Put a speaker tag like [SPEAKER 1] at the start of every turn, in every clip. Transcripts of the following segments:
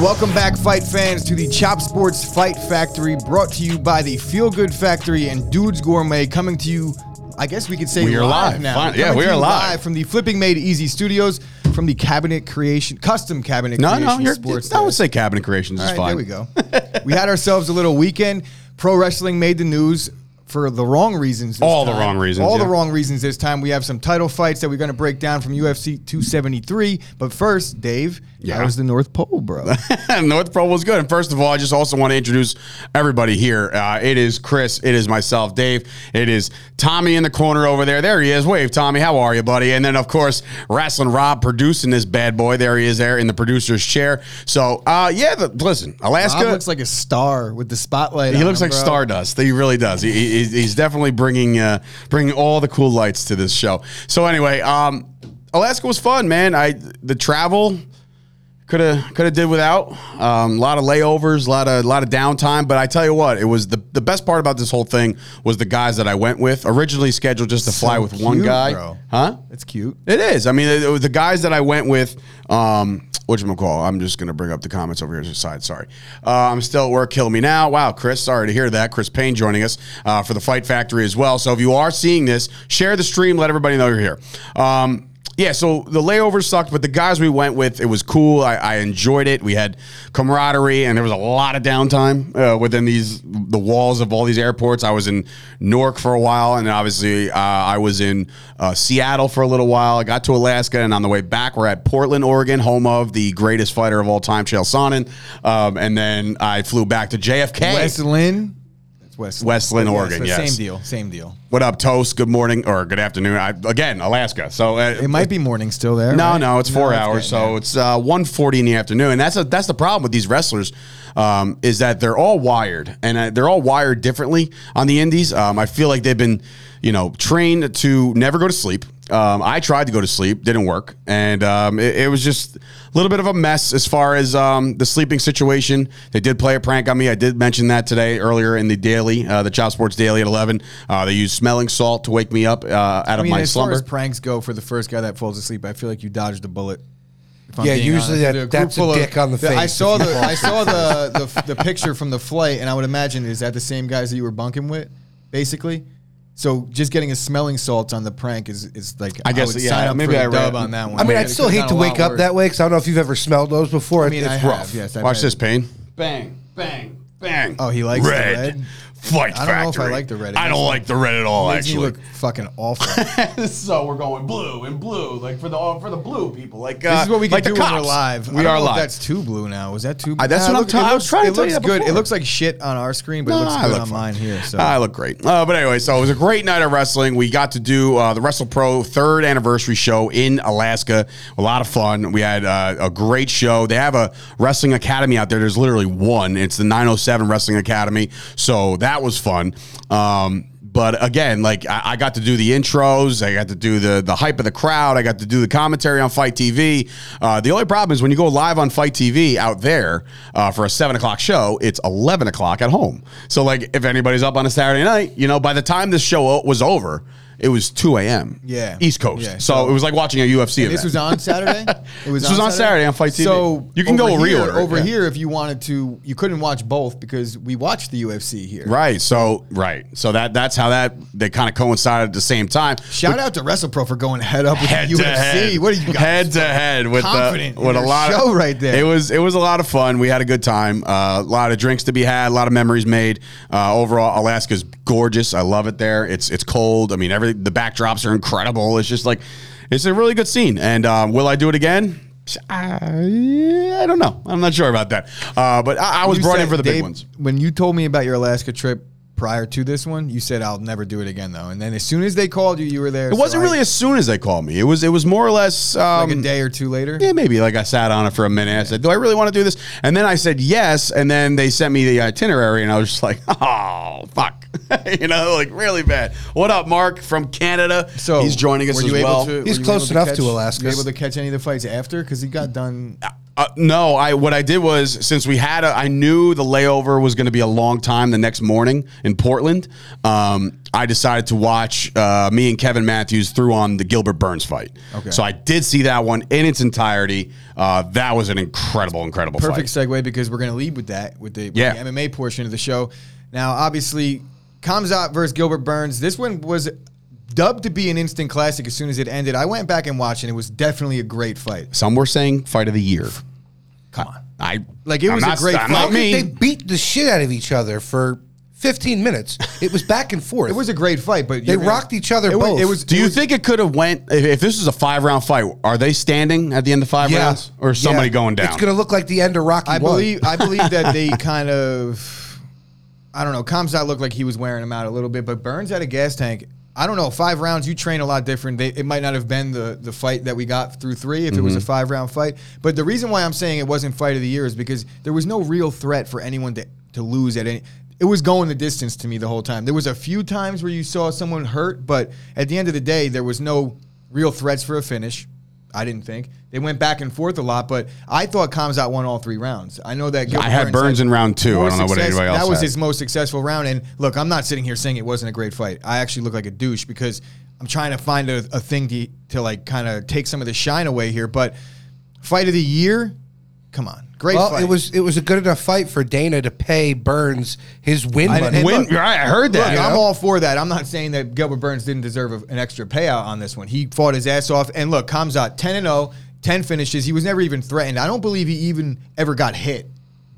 [SPEAKER 1] welcome back, fight fans, to the Chop Sports Fight Factory, brought to you by the Feel Good Factory and Dudes Gourmet, coming to you. I guess we could say
[SPEAKER 2] We are
[SPEAKER 1] live,
[SPEAKER 2] live.
[SPEAKER 1] now.
[SPEAKER 2] Fine. Yeah,
[SPEAKER 1] Coming
[SPEAKER 2] we
[SPEAKER 1] to
[SPEAKER 2] are
[SPEAKER 1] you
[SPEAKER 2] live.
[SPEAKER 1] from the Flipping Made Easy Studios, from the cabinet creation, custom cabinet
[SPEAKER 2] No,
[SPEAKER 1] creation
[SPEAKER 2] no, you're,
[SPEAKER 1] sports.
[SPEAKER 2] I
[SPEAKER 1] Desk.
[SPEAKER 2] would say cabinet creations is
[SPEAKER 1] All right, There
[SPEAKER 2] fine.
[SPEAKER 1] we go. we had ourselves a little weekend. Pro wrestling made the news for the wrong reasons. this
[SPEAKER 2] All the
[SPEAKER 1] time.
[SPEAKER 2] wrong reasons,
[SPEAKER 1] All the
[SPEAKER 2] yeah.
[SPEAKER 1] wrong reasons this time. We have some title fights that we're going to break down from UFC 273. But first, Dave,
[SPEAKER 2] Yeah.
[SPEAKER 1] how was the North Pole, bro?
[SPEAKER 2] North Pole was good. And first of all, I just also want to introduce everybody here. Uh, it is Chris. It is myself, Dave. It is Tommy in the corner over there. There he is. Wave, Tommy. How are you, buddy? And then, of course, Wrestling Rob producing this bad boy. There he is there in the producer's chair. So, uh, yeah, the, listen, Alaska.
[SPEAKER 1] Rob looks like a star with the spotlight.
[SPEAKER 2] he
[SPEAKER 1] on
[SPEAKER 2] looks
[SPEAKER 1] him,
[SPEAKER 2] like
[SPEAKER 1] bro.
[SPEAKER 2] stardust. He really does. He, he, he's definitely bringing uh, bringing all the cool lights to this show. So anyway, um, Alaska was fun, man. I the travel could have could have did without um, a lot of layovers, a lot of lot of downtime. But I tell you what, it was the the best part about this whole thing was the guys that I went with. Originally scheduled just to fly with one
[SPEAKER 1] cute,
[SPEAKER 2] guy,
[SPEAKER 1] bro.
[SPEAKER 2] huh?
[SPEAKER 1] That's cute.
[SPEAKER 2] It is. I mean, it- it was the guys that I went with, um, whatchamacall, I'm just going to bring up the comments over here to the side. Sorry. Uh, I'm still at work. Kill me now. Wow, Chris. Sorry to hear that. Chris Payne joining us uh, for the Fight Factory as well. So if you are seeing this, share the stream. Let everybody know you're here. Um, yeah, so the layover sucked, but the guys we went with, it was cool. I, I enjoyed it. We had camaraderie, and there was a lot of downtime uh, within these the walls of all these airports. I was in Newark for a while, and obviously uh, I was in uh, Seattle for a little while. I got to Alaska, and on the way back, we're at Portland, Oregon, home of the greatest fighter of all time, Chael Sonnen. Um, and then I flew back to JFK.
[SPEAKER 1] West Lynn. That's West.
[SPEAKER 2] West Lynn, Oregon,
[SPEAKER 1] so
[SPEAKER 2] yes.
[SPEAKER 1] Same deal. Same deal.
[SPEAKER 2] What up, Toast? Good morning or good afternoon. I, again, Alaska. So uh,
[SPEAKER 1] It might be morning still there.
[SPEAKER 2] No,
[SPEAKER 1] right?
[SPEAKER 2] no, it's four
[SPEAKER 1] it's
[SPEAKER 2] hours,
[SPEAKER 1] good,
[SPEAKER 2] so
[SPEAKER 1] man.
[SPEAKER 2] it's uh, one forty in the afternoon, and that's a, that's the problem with these wrestlers um, is that they're all wired, and uh, they're all wired differently on the indies. Um, I feel like they've been, you know, trained to never go to sleep. Um, I tried to go to sleep, didn't work, and um, it, it was just a little bit of a mess as far as um, the sleeping situation. They did play a prank on me. I did mention that today earlier in the daily, uh, the Chop Sports Daily at eleven. Uh, they used smelling salt to wake me up uh, out
[SPEAKER 1] I
[SPEAKER 2] of
[SPEAKER 1] mean,
[SPEAKER 2] my
[SPEAKER 1] as
[SPEAKER 2] slumber.
[SPEAKER 1] far as pranks go, for the first guy that falls asleep, I feel like you dodged a bullet. If I'm
[SPEAKER 3] Yeah,
[SPEAKER 1] being
[SPEAKER 3] usually that-
[SPEAKER 1] group
[SPEAKER 3] that's a
[SPEAKER 1] full
[SPEAKER 3] dick on the
[SPEAKER 1] I
[SPEAKER 3] face
[SPEAKER 1] saw
[SPEAKER 3] if you
[SPEAKER 1] the
[SPEAKER 3] fall
[SPEAKER 1] I saw the, the the picture from the flight, and I would imagine is that the same guys that you were bunking with, basically. So just getting a smelling salt on the prank is is like I
[SPEAKER 2] guess,
[SPEAKER 1] would
[SPEAKER 2] yeah,
[SPEAKER 1] sign up
[SPEAKER 2] maybe
[SPEAKER 1] for a
[SPEAKER 2] I read-
[SPEAKER 1] dub on that one.
[SPEAKER 3] I mean,
[SPEAKER 1] Yeah,
[SPEAKER 3] I'd
[SPEAKER 1] it
[SPEAKER 3] still
[SPEAKER 1] could've gone
[SPEAKER 3] hate to
[SPEAKER 1] a
[SPEAKER 3] wake
[SPEAKER 1] lot
[SPEAKER 3] up
[SPEAKER 1] worse.
[SPEAKER 3] that way because I don't know if you've ever smelled those before.
[SPEAKER 1] I mean,
[SPEAKER 3] it's
[SPEAKER 1] I
[SPEAKER 3] rough.
[SPEAKER 1] have. Yes, I've
[SPEAKER 2] Watch
[SPEAKER 1] had-
[SPEAKER 2] this, Pain. Bang, bang, bang.
[SPEAKER 1] Oh, he likes the red?
[SPEAKER 2] Fight
[SPEAKER 1] I don't know if I like the red. It makes me-
[SPEAKER 2] the red at all,
[SPEAKER 1] Makes you look fucking awful. this
[SPEAKER 2] so we're going blue and blue, like for the uh, for the blue people. Like uh,
[SPEAKER 1] is what we can
[SPEAKER 2] like
[SPEAKER 1] do
[SPEAKER 2] the
[SPEAKER 1] when we're
[SPEAKER 2] cops.
[SPEAKER 1] live. I
[SPEAKER 2] We
[SPEAKER 1] don't
[SPEAKER 2] are
[SPEAKER 1] know if
[SPEAKER 2] live.
[SPEAKER 1] That's too blue now. Was that too?
[SPEAKER 2] Uh, that's
[SPEAKER 1] Nah,
[SPEAKER 2] what I'm
[SPEAKER 1] look- it
[SPEAKER 2] trying- I was
[SPEAKER 1] looks-
[SPEAKER 2] trying to
[SPEAKER 1] It
[SPEAKER 2] tell you
[SPEAKER 1] looks
[SPEAKER 2] that
[SPEAKER 1] good. It
[SPEAKER 2] before.
[SPEAKER 1] looks like shit on our screen, but it
[SPEAKER 2] No,
[SPEAKER 1] looks
[SPEAKER 2] I
[SPEAKER 1] good
[SPEAKER 2] look
[SPEAKER 1] on
[SPEAKER 2] fine.
[SPEAKER 1] mine here. So
[SPEAKER 2] I look great. Uh, but anyway, so it was a great night of wrestling. We got to do uh, the Wrestle Pro third anniversary show in Alaska. A lot of fun. We had uh, a great show. They have a wrestling academy out there. There's literally one. It's the 907 Wrestling Academy. So that was fun. Um, but again, like I, I got to do the intros, I got to do the the hype of the crowd, I got to do the commentary on Fight TV. Uh, the only problem is when you go live on Fight TV out there uh, for a seven o'clock show, it's eleven o'clock at home. So like if anybody's up on a Saturday night, you know, by the time this show o- was over, it was two a.m.
[SPEAKER 1] Yeah.
[SPEAKER 2] East Coast.
[SPEAKER 1] Yeah,
[SPEAKER 2] so,
[SPEAKER 1] so-
[SPEAKER 2] it was like watching a UFC event.
[SPEAKER 1] This was on Saturday. It
[SPEAKER 2] This was on Saturday on Fight TV.
[SPEAKER 1] So
[SPEAKER 2] You can go
[SPEAKER 1] over here-
[SPEAKER 2] reorder it,
[SPEAKER 1] over
[SPEAKER 2] yeah.
[SPEAKER 1] here if you wanted to. You couldn't watch both because we watched the UFC here.
[SPEAKER 2] Right, so right, so that that's how that they kind of coincided at the same time.
[SPEAKER 1] Shout out to WrestlePro for going head up with
[SPEAKER 2] head
[SPEAKER 1] the UFC.
[SPEAKER 2] to head.
[SPEAKER 1] What do you got?
[SPEAKER 2] head to head with the,
[SPEAKER 1] confident in
[SPEAKER 2] with a
[SPEAKER 1] your
[SPEAKER 2] lot
[SPEAKER 1] show
[SPEAKER 2] of
[SPEAKER 1] right there.
[SPEAKER 2] It was it was a lot of fun. We had a good time. Uh, a lot of drinks to be had. A lot of memories made. Uh, overall, Alaska's gorgeous. I love it there. It's it's cold. I mean, every the backdrops are incredible. It's just like it's a really good scene. And um, will I do it again? I, I don't know. I'm not sure about that. Uh, but I, I was
[SPEAKER 1] You
[SPEAKER 2] brought
[SPEAKER 1] said,
[SPEAKER 2] in for the
[SPEAKER 1] Dave,
[SPEAKER 2] big ones.
[SPEAKER 1] When you told me about your Alaska trip prior to this one, you said I'll never do it again though. And then as soon as they called you, you were there.
[SPEAKER 2] It wasn't really as soon as they called me. It was it was more or less um,
[SPEAKER 1] like a day or two later.
[SPEAKER 2] yeah, maybe like I sat on it for a minute. I said, do I really want to do this? And then I said yes. And then they sent me the itinerary and I was just like, oh, fuck. you know, like really bad. What up, Mark from Canada?
[SPEAKER 1] So
[SPEAKER 2] he's joining us
[SPEAKER 1] were
[SPEAKER 2] as
[SPEAKER 1] you able
[SPEAKER 2] well.
[SPEAKER 1] to-
[SPEAKER 3] He's
[SPEAKER 1] were you
[SPEAKER 3] close
[SPEAKER 1] able
[SPEAKER 3] enough
[SPEAKER 1] catch-
[SPEAKER 3] to Alaska.
[SPEAKER 1] You able to catch any of the fights after because he got done.
[SPEAKER 2] Uh, no, I what I did was since we had a, I knew the layover was going to be a long time the next morning in Portland. Um, I decided to watch. Uh, me and Kevin Matthews threw on the Gilbert Burns fight.
[SPEAKER 1] Okay.
[SPEAKER 2] so I did see that one in its entirety. Uh, that was an incredible, incredible
[SPEAKER 1] perfect
[SPEAKER 2] fight.
[SPEAKER 1] segue because we're going to lead with that with the, with
[SPEAKER 2] Yeah.
[SPEAKER 1] the MMA portion of the show. Now, obviously, Kamzat versus Gilbert Burns. This one was dubbed to be an instant classic as soon as it ended. I went back and watched, and it was definitely a great fight.
[SPEAKER 2] Some were saying fight of the year.
[SPEAKER 1] Come on,
[SPEAKER 2] I
[SPEAKER 1] Like, it was a
[SPEAKER 2] not,
[SPEAKER 1] great
[SPEAKER 2] I'm
[SPEAKER 1] fight.
[SPEAKER 3] How
[SPEAKER 2] Not
[SPEAKER 3] could
[SPEAKER 2] me.
[SPEAKER 3] They beat the shit out of each other for 15 minutes. It was back and forth.
[SPEAKER 1] it was a great fight, but
[SPEAKER 3] They
[SPEAKER 1] you're gonna-
[SPEAKER 3] rocked each other
[SPEAKER 1] It was,
[SPEAKER 3] both.
[SPEAKER 1] it was-
[SPEAKER 2] Do
[SPEAKER 1] it
[SPEAKER 2] you
[SPEAKER 1] was-
[SPEAKER 2] think it could have went if, if this was a five round fight? Are they standing at the end of five
[SPEAKER 3] Yeah.
[SPEAKER 2] rounds, or is somebody
[SPEAKER 3] Yeah.
[SPEAKER 2] going down?
[SPEAKER 3] It's going to look like the end of Rocky
[SPEAKER 1] I
[SPEAKER 3] One.
[SPEAKER 1] believe I believe that they kind of I don't know. Kamzat looked like he was wearing him out a little bit, but Burns had a gas tank. I don't know. Five rounds, you train a lot different. They, it might not have been the the fight that we got through three if it
[SPEAKER 2] Mm-hmm.
[SPEAKER 1] was a five round fight. But the reason why I'm saying it wasn't fight of the year is because there was no real threat for anyone to to lose at any. It was going the distance to me the whole time. There was a few times where you saw someone hurt, but at the end of the day, there was no real threats for a finish. I didn't think they went back and forth a lot, but I thought Kamzat won all three rounds. I know that Gilbert
[SPEAKER 2] I had Burns in round two.
[SPEAKER 1] more
[SPEAKER 2] I don't know what
[SPEAKER 1] success-
[SPEAKER 2] anybody else
[SPEAKER 1] That was
[SPEAKER 2] had.
[SPEAKER 1] his most successful round. And look, I'm not sitting here saying it wasn't a great fight. I actually look like a douche because I'm trying to find a, a thing to to like kind of take some of the shine away here. But fight of the year, come on, great
[SPEAKER 3] well,
[SPEAKER 1] fight.
[SPEAKER 3] it was it was a good enough fight for Dana to pay Burns his win
[SPEAKER 1] I-
[SPEAKER 3] money.
[SPEAKER 1] and
[SPEAKER 2] Win-
[SPEAKER 1] look-
[SPEAKER 2] right, I heard
[SPEAKER 1] Look,
[SPEAKER 2] that.
[SPEAKER 1] I'm all for that. I'm not saying that Gilbert Burns didn't deserve a- an extra payout on this one. He fought his ass off. And look, Kamzat, 10 and 0, 10 finishes. He was never even threatened. I don't believe he even ever got hit.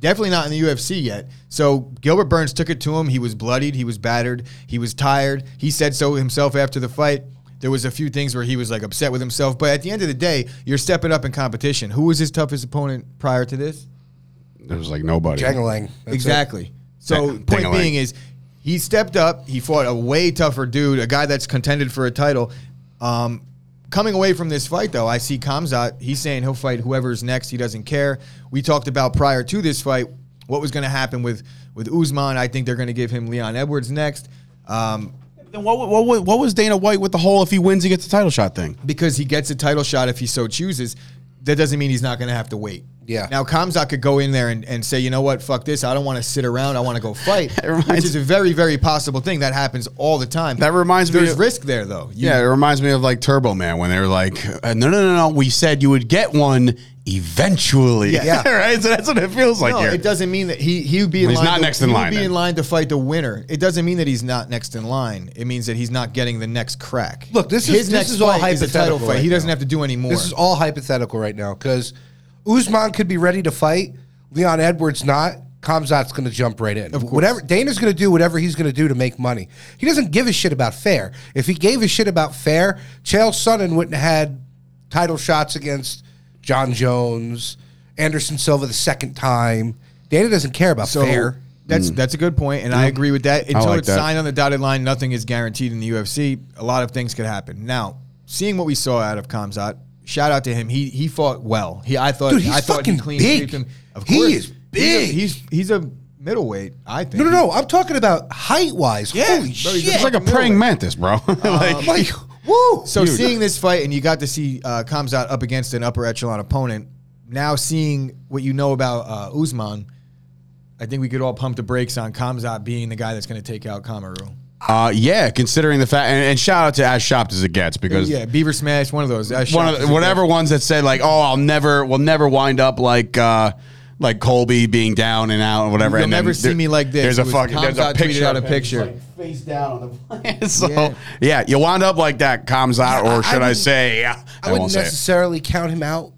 [SPEAKER 1] Definitely not in the UFC yet. So Gilbert Burns took it to him. He was bloodied. He was battered. He was tired. He said so himself after the fight. There was a few things where he was like upset with himself. But at the end of the day, you're stepping up in competition. Who was his toughest opponent prior to this?
[SPEAKER 2] There was like nobody.
[SPEAKER 3] Jangling. That's
[SPEAKER 1] exactly. So
[SPEAKER 2] Dang-
[SPEAKER 1] point
[SPEAKER 2] dang-a-lang.
[SPEAKER 1] being is he stepped up. He fought a way tougher dude, a guy that's contended for a title. Um, coming away from this fight, though, I see Kamzat. He's saying he'll fight whoever's next. He doesn't care. We talked about prior to this fight what was going to happen with with Usman. I think they're going to give him Leon Edwards next. Um,
[SPEAKER 2] Then what, what, what, what was Dana White with the whole if he wins, he gets the title shot thing?
[SPEAKER 1] because he gets a title shot if he so chooses, that doesn't mean he's not going to have to wait.
[SPEAKER 3] Yeah.
[SPEAKER 1] Now Kamzat could go in there and, and say, you know what, fuck this. I don't want to sit around. I want to go fight,
[SPEAKER 2] It reminds-
[SPEAKER 1] which is a very, very possible thing that happens all the time.
[SPEAKER 2] That reminds me
[SPEAKER 1] There's
[SPEAKER 2] of-
[SPEAKER 1] risk there though. You-
[SPEAKER 2] Yeah, it reminds me of like Turbo Man when they were like, uh, no, no, no, no, we said you would get one eventually.
[SPEAKER 1] Yeah. Yeah.
[SPEAKER 2] right? So that's what it feels like
[SPEAKER 1] No,
[SPEAKER 2] here.
[SPEAKER 1] it doesn't mean that he he would be in
[SPEAKER 2] He's
[SPEAKER 1] line.
[SPEAKER 2] not
[SPEAKER 1] to,
[SPEAKER 2] next in
[SPEAKER 1] he would
[SPEAKER 2] line
[SPEAKER 1] Be
[SPEAKER 2] then.
[SPEAKER 1] in line to fight the winner. It doesn't mean that he's not next in line. It means that he's not getting the next crack.
[SPEAKER 3] Look, this is-
[SPEAKER 1] his
[SPEAKER 3] this
[SPEAKER 1] next
[SPEAKER 3] is all
[SPEAKER 1] fight a title
[SPEAKER 3] hypothetical
[SPEAKER 1] fight.
[SPEAKER 3] right
[SPEAKER 1] he doesn't
[SPEAKER 3] now.
[SPEAKER 1] have to do any more.
[SPEAKER 3] This is all hypothetical right now because Usman could be ready to fight. Leon Edwards not. Kamzat's going to jump right in. Whatever Dana's going to do, whatever he's going to do to make money. He doesn't give a shit about fair. If he gave a shit about fair, Chael Sonnen wouldn't have had title shots against John Jones, Anderson Silva the second time. Dana doesn't care about
[SPEAKER 1] So
[SPEAKER 3] fair. Mm.
[SPEAKER 1] That's that's a good point, and I agree with that. Until
[SPEAKER 2] like
[SPEAKER 1] it's
[SPEAKER 2] that.
[SPEAKER 1] signed on the dotted line, nothing is guaranteed in the UFC. A lot of things could happen. Now, seeing what we saw out of Kamzat, shout out to him. He he fought well. He I thought
[SPEAKER 3] Dude, he's
[SPEAKER 1] I thought
[SPEAKER 3] fucking
[SPEAKER 1] he clean
[SPEAKER 3] big.
[SPEAKER 1] sweeped him. Of
[SPEAKER 3] He
[SPEAKER 1] course,
[SPEAKER 3] is
[SPEAKER 1] He's a-
[SPEAKER 3] big.
[SPEAKER 1] He's he's, a middleweight. I think.
[SPEAKER 3] No, no, no. I'm talking about height wise. Holy
[SPEAKER 1] bro, he's a
[SPEAKER 3] shit.
[SPEAKER 2] it's like a praying mantis, bro. like,
[SPEAKER 3] like, woo.
[SPEAKER 1] So seeing this fight, and you got to see uh, Kamzat up against an upper echelon opponent. Now seeing what you know about uh, Usman, I think we could all pump the brakes on Kamzat being the guy that's going to take out Kamaru.
[SPEAKER 2] uh, yeah, considering the fact, and, and shout out to as shopped as it gets because
[SPEAKER 1] Yeah, Beaver Smash, one of those. I
[SPEAKER 2] one
[SPEAKER 1] shot
[SPEAKER 2] of
[SPEAKER 1] this
[SPEAKER 2] the, whatever ones that said like, "Oh, I'll never, we'll never wind up like uh, like Colby being down and out, and whatever."
[SPEAKER 1] You'll
[SPEAKER 2] and then
[SPEAKER 1] never see me like this.
[SPEAKER 2] There's
[SPEAKER 1] It
[SPEAKER 2] a
[SPEAKER 1] was
[SPEAKER 2] fucking there's a
[SPEAKER 1] Kamzat tweeted
[SPEAKER 2] picture
[SPEAKER 1] out a
[SPEAKER 2] of him just,
[SPEAKER 1] picture.
[SPEAKER 2] like, face down on the plant. so
[SPEAKER 1] Yeah.
[SPEAKER 2] yeah. you wound up like that, Kamzat, or should I,
[SPEAKER 3] wouldn't-
[SPEAKER 2] say? Yeah,
[SPEAKER 3] I
[SPEAKER 2] I,
[SPEAKER 3] wouldn't
[SPEAKER 2] won't say. it.
[SPEAKER 3] necessarily count him out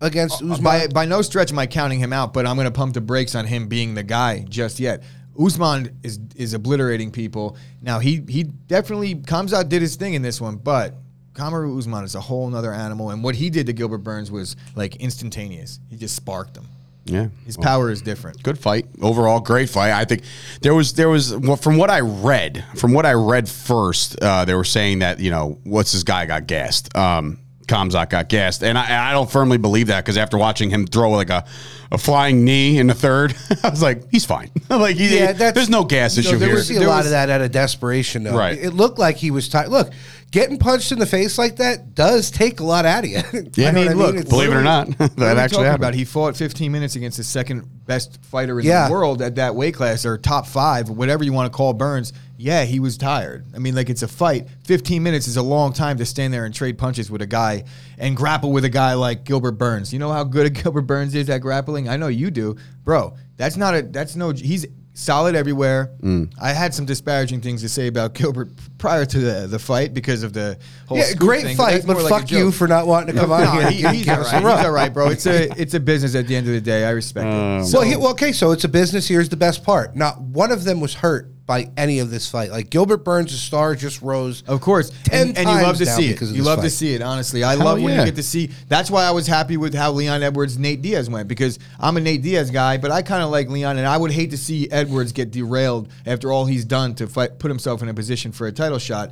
[SPEAKER 3] against
[SPEAKER 1] guy.
[SPEAKER 3] Usman.
[SPEAKER 1] By, by no stretch am I counting him out, but I'm going to pump the brakes on him being the guy just yet. Usman is is obliterating people. Now he he definitely Kamzat did his thing in this one, but Kamaru Usman is a whole nother animal, and what he did to Gilbert Burns was like instantaneous. He just sparked him.
[SPEAKER 2] Yeah,
[SPEAKER 1] His
[SPEAKER 2] Well,
[SPEAKER 1] power is different.
[SPEAKER 2] Good fight overall, great fight. I think there was there was well, from what I read, from what I read first, uh, they were saying that you know what's this guy got gassed. Um, Kamzat got gassed, and I, and I don't firmly believe that because after watching him throw like a, a flying knee in the third, I was like, he's fine. like, he,
[SPEAKER 3] Yeah, that's-
[SPEAKER 2] there's no gas
[SPEAKER 3] you know,
[SPEAKER 2] issue
[SPEAKER 3] there
[SPEAKER 2] here.
[SPEAKER 3] was- see a
[SPEAKER 1] There
[SPEAKER 3] lot
[SPEAKER 1] was-
[SPEAKER 3] of that out of desperation, though.
[SPEAKER 2] Right.
[SPEAKER 3] It, it looked like he was tired. Look, getting punched in the face like that does take a lot out of you.
[SPEAKER 2] Yeah,
[SPEAKER 3] you know what I mean?
[SPEAKER 1] look,
[SPEAKER 3] It's-
[SPEAKER 2] believe it or not, that
[SPEAKER 1] What are we
[SPEAKER 2] actually
[SPEAKER 1] talking About
[SPEAKER 2] happened.
[SPEAKER 1] he fought 15 minutes against the second best fighter in
[SPEAKER 3] Yeah.
[SPEAKER 1] the world at that weight class or top five, whatever you want to call Burns. Yeah, he was tired. I mean, like it's a fight. 15 minutes is a long time to stand there and trade punches with a guy and grapple with a guy like Gilbert Burns. You know how good Gilbert Burns is at grappling? I know you do, bro. That's not a. That's no. He's solid everywhere.
[SPEAKER 3] Mm.
[SPEAKER 1] I had some disparaging things to say about Gilbert prior to the, the fight because of the whole
[SPEAKER 3] Yeah,
[SPEAKER 1] scoop
[SPEAKER 3] great
[SPEAKER 1] thing,
[SPEAKER 3] fight,
[SPEAKER 1] that's
[SPEAKER 3] but
[SPEAKER 1] more like a
[SPEAKER 3] fuck you
[SPEAKER 1] joke.
[SPEAKER 3] for not wanting to come
[SPEAKER 1] No,
[SPEAKER 3] on here.
[SPEAKER 1] he-
[SPEAKER 3] and
[SPEAKER 1] he's
[SPEAKER 3] give
[SPEAKER 1] all
[SPEAKER 3] us
[SPEAKER 1] right.
[SPEAKER 3] some
[SPEAKER 1] He's
[SPEAKER 3] rub.
[SPEAKER 1] all right, bro. It's a it's a business at the end of the day. I respect it. So,
[SPEAKER 3] Well, he, well, okay, so it's a business. Here's the best part. Not one of them was hurt by any of this fight. Like Gilbert Burns, a star, just rose.
[SPEAKER 2] Oh.
[SPEAKER 1] of course,
[SPEAKER 3] 10
[SPEAKER 1] and, and you love
[SPEAKER 3] times
[SPEAKER 1] to
[SPEAKER 3] now
[SPEAKER 1] see it.
[SPEAKER 3] because of
[SPEAKER 1] You
[SPEAKER 3] this
[SPEAKER 1] love to
[SPEAKER 3] fight.
[SPEAKER 1] see it. Honestly, I love when
[SPEAKER 2] yeah.
[SPEAKER 1] you get to see. That's why I was happy with how Leon Edwards, Nate Diaz went because I'm a Nate Diaz guy, but I kind of like Leon, and I would hate to see Edwards get derailed after all he's done to fight, put himself in a position for a title shot.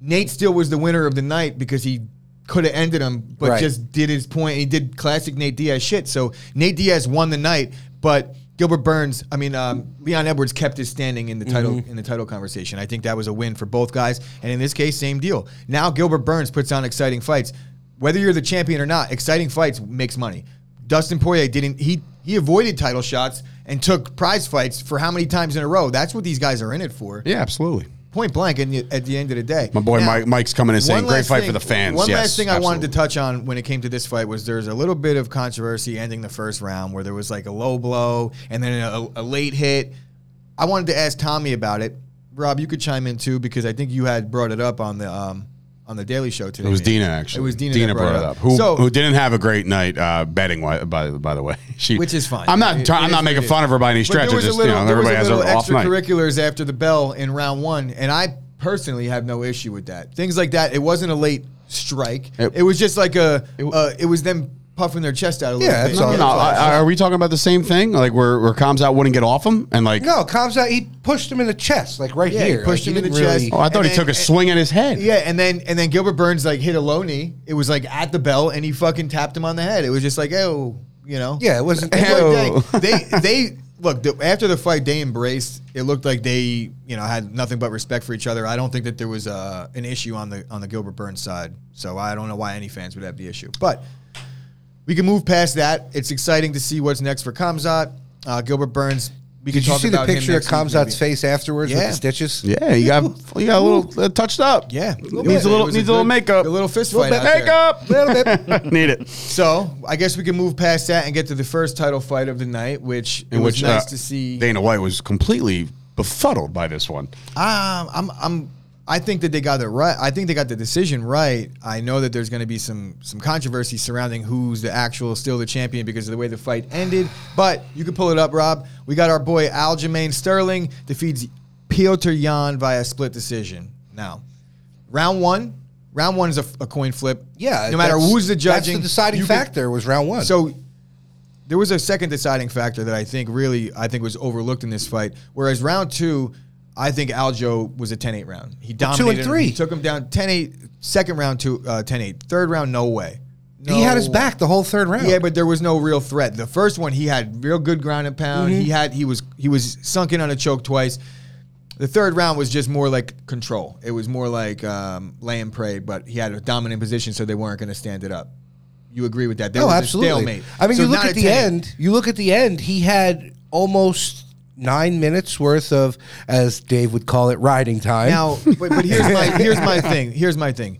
[SPEAKER 1] Nate still was the winner of the night because he could have ended him, but
[SPEAKER 3] Right.
[SPEAKER 1] just did his point. He did classic Nate Diaz shit. So Nate Diaz won the night, but Gilbert Burns, I mean um, Leon Edwards, kept his standing in the title
[SPEAKER 2] Mm-hmm.
[SPEAKER 1] in the title conversation. I think that was a win for both guys. And in this case, same deal. Now Gilbert Burns puts on exciting fights. Whether you're the champion or not, exciting fights makes money. Dustin Poirier didn't. He he avoided title shots and took prize fights for how many times in a row? That's what these guys are in it for.
[SPEAKER 2] Yeah, absolutely.
[SPEAKER 1] Point blank. And at the end of the day,
[SPEAKER 2] My boy
[SPEAKER 1] Now-
[SPEAKER 2] Mike, Mike's coming and saying,
[SPEAKER 1] one
[SPEAKER 2] "Great
[SPEAKER 1] last
[SPEAKER 2] fight
[SPEAKER 1] thing-
[SPEAKER 2] for the fans."
[SPEAKER 1] One
[SPEAKER 2] yes,
[SPEAKER 1] last thing I wanted
[SPEAKER 2] absolutely.
[SPEAKER 1] to touch on when it came to this fight was there's a little bit of controversy ending the first round where there was like a low blow and then a, a late hit. I wanted to ask Tommy about it. Rob, you could chime in too because I think you had brought it up on the um, on the Daily Show today.
[SPEAKER 2] It was Dina actually.
[SPEAKER 1] It was Dina. that
[SPEAKER 2] Dina brought it up. Who,
[SPEAKER 1] so
[SPEAKER 2] who didn't have a great night uh, betting? wi- By by the way, she
[SPEAKER 1] Which is fine.
[SPEAKER 2] I'm not.
[SPEAKER 1] It-
[SPEAKER 2] try-
[SPEAKER 1] it
[SPEAKER 2] I'm
[SPEAKER 1] is
[SPEAKER 2] not
[SPEAKER 1] what
[SPEAKER 2] making
[SPEAKER 1] it is.
[SPEAKER 2] fun of her by any
[SPEAKER 1] But
[SPEAKER 2] stretch.
[SPEAKER 1] there was
[SPEAKER 2] It's
[SPEAKER 1] a
[SPEAKER 2] just
[SPEAKER 1] little,
[SPEAKER 2] you know
[SPEAKER 1] there was
[SPEAKER 2] everybody has
[SPEAKER 1] a
[SPEAKER 2] their
[SPEAKER 1] little
[SPEAKER 2] off night.
[SPEAKER 1] extracurriculars after the bell in round one, and I personally have no issue with that. Things like that. It wasn't a late strike.
[SPEAKER 2] It-
[SPEAKER 1] It, was just like a. uh, it was them puffing their chest out a little
[SPEAKER 3] Yeah,
[SPEAKER 1] bit.
[SPEAKER 3] that's
[SPEAKER 2] No,
[SPEAKER 3] all.
[SPEAKER 2] no, I- I- are we talking about the same thing? Like where where comms out wouldn't get off him and like.
[SPEAKER 3] No, comes out. He pushed him in the chest, like right
[SPEAKER 1] Yeah, he
[SPEAKER 3] here.
[SPEAKER 1] pushed
[SPEAKER 3] Like,
[SPEAKER 1] him in
[SPEAKER 3] didn't
[SPEAKER 1] the chest.
[SPEAKER 2] Oh, I thought
[SPEAKER 1] And
[SPEAKER 2] he
[SPEAKER 1] then-
[SPEAKER 2] took a
[SPEAKER 1] and-
[SPEAKER 2] swing at his head.
[SPEAKER 1] Yeah, and then and then Gilbert Burns like hit a low knee. It was like at the bell, and he fucking tapped him on the head. It was just like, oh, you know.
[SPEAKER 3] Yeah, it wasn't. Oh.
[SPEAKER 1] It
[SPEAKER 2] Ew.
[SPEAKER 1] looked like they they look the, after the fight they embraced. It looked like they you know had nothing but respect for each other. I don't think that there was uh, an issue on the on the Gilbert Burns side. So I don't know why any fans would have the issue, but we can move past that. It's exciting to see what's next for Kamzat. Uh, Gilbert Burns. We can
[SPEAKER 3] Did you
[SPEAKER 1] talk
[SPEAKER 3] see the
[SPEAKER 1] about him
[SPEAKER 3] picture of
[SPEAKER 1] next week, maybe.
[SPEAKER 3] Kamzat's face afterwards with
[SPEAKER 1] Yeah.
[SPEAKER 3] the stitches?
[SPEAKER 2] Yeah, he got he got a little uh, touched up.
[SPEAKER 1] Yeah,
[SPEAKER 2] needs
[SPEAKER 1] little bit.
[SPEAKER 2] a
[SPEAKER 1] It
[SPEAKER 2] little
[SPEAKER 1] was
[SPEAKER 2] needs a
[SPEAKER 1] good-
[SPEAKER 2] little makeup.
[SPEAKER 1] a little fist fight.
[SPEAKER 2] Little
[SPEAKER 1] out there.
[SPEAKER 2] makeup. Little bit. Need it.
[SPEAKER 1] So I guess we can move past that and get to the first title fight of the night, which it
[SPEAKER 2] In
[SPEAKER 1] was
[SPEAKER 2] which
[SPEAKER 1] nice
[SPEAKER 2] uh,
[SPEAKER 1] to see.
[SPEAKER 2] Dana White was completely befuddled by this one.
[SPEAKER 1] Um, I'm, I'm, I think that they got it right. I think they got the decision right. I know that there's going to be some some controversy surrounding who's the actual still the champion because of the way the fight ended. But you can pull it up, Rob. We got our boy Aljamain Sterling defeats Piotr Jan via split decision. Now, round one. Round one is a, a coin flip.
[SPEAKER 3] Yeah.
[SPEAKER 1] No matter
[SPEAKER 3] that's-
[SPEAKER 1] who's the judging,
[SPEAKER 3] That's the deciding
[SPEAKER 1] you can-
[SPEAKER 3] factor was round one.
[SPEAKER 1] So there was a second deciding factor that I think really I think was overlooked in this fight. Whereas round two, I think Aljo was a 10-8 round. He
[SPEAKER 3] and
[SPEAKER 1] dominated. him.
[SPEAKER 3] three.
[SPEAKER 1] He took him down 10-8. Second round, two, uh, 10-8. Third round, no way.
[SPEAKER 3] he had his
[SPEAKER 1] No
[SPEAKER 3] back the whole third round.
[SPEAKER 1] yeah, but there was no real threat. The first one, he had real good ground and pound.
[SPEAKER 3] Mm-hmm.
[SPEAKER 1] He had he was he was sunken on a choke twice. The third round was just more like control. It was more like um, laying prey, but he had a dominant position, so they weren't going to stand it up. You agree with that? There
[SPEAKER 3] no,
[SPEAKER 1] was a
[SPEAKER 3] absolutely.
[SPEAKER 1] stalemate.
[SPEAKER 3] I mean,
[SPEAKER 1] So
[SPEAKER 3] you look
[SPEAKER 1] not
[SPEAKER 3] at
[SPEAKER 1] a
[SPEAKER 3] the
[SPEAKER 1] 10.
[SPEAKER 3] end. You look at the end. He had almost nine minutes worth of, as Dave would call it, riding time.
[SPEAKER 1] Now, but, but here's my here's my thing. Here's my thing.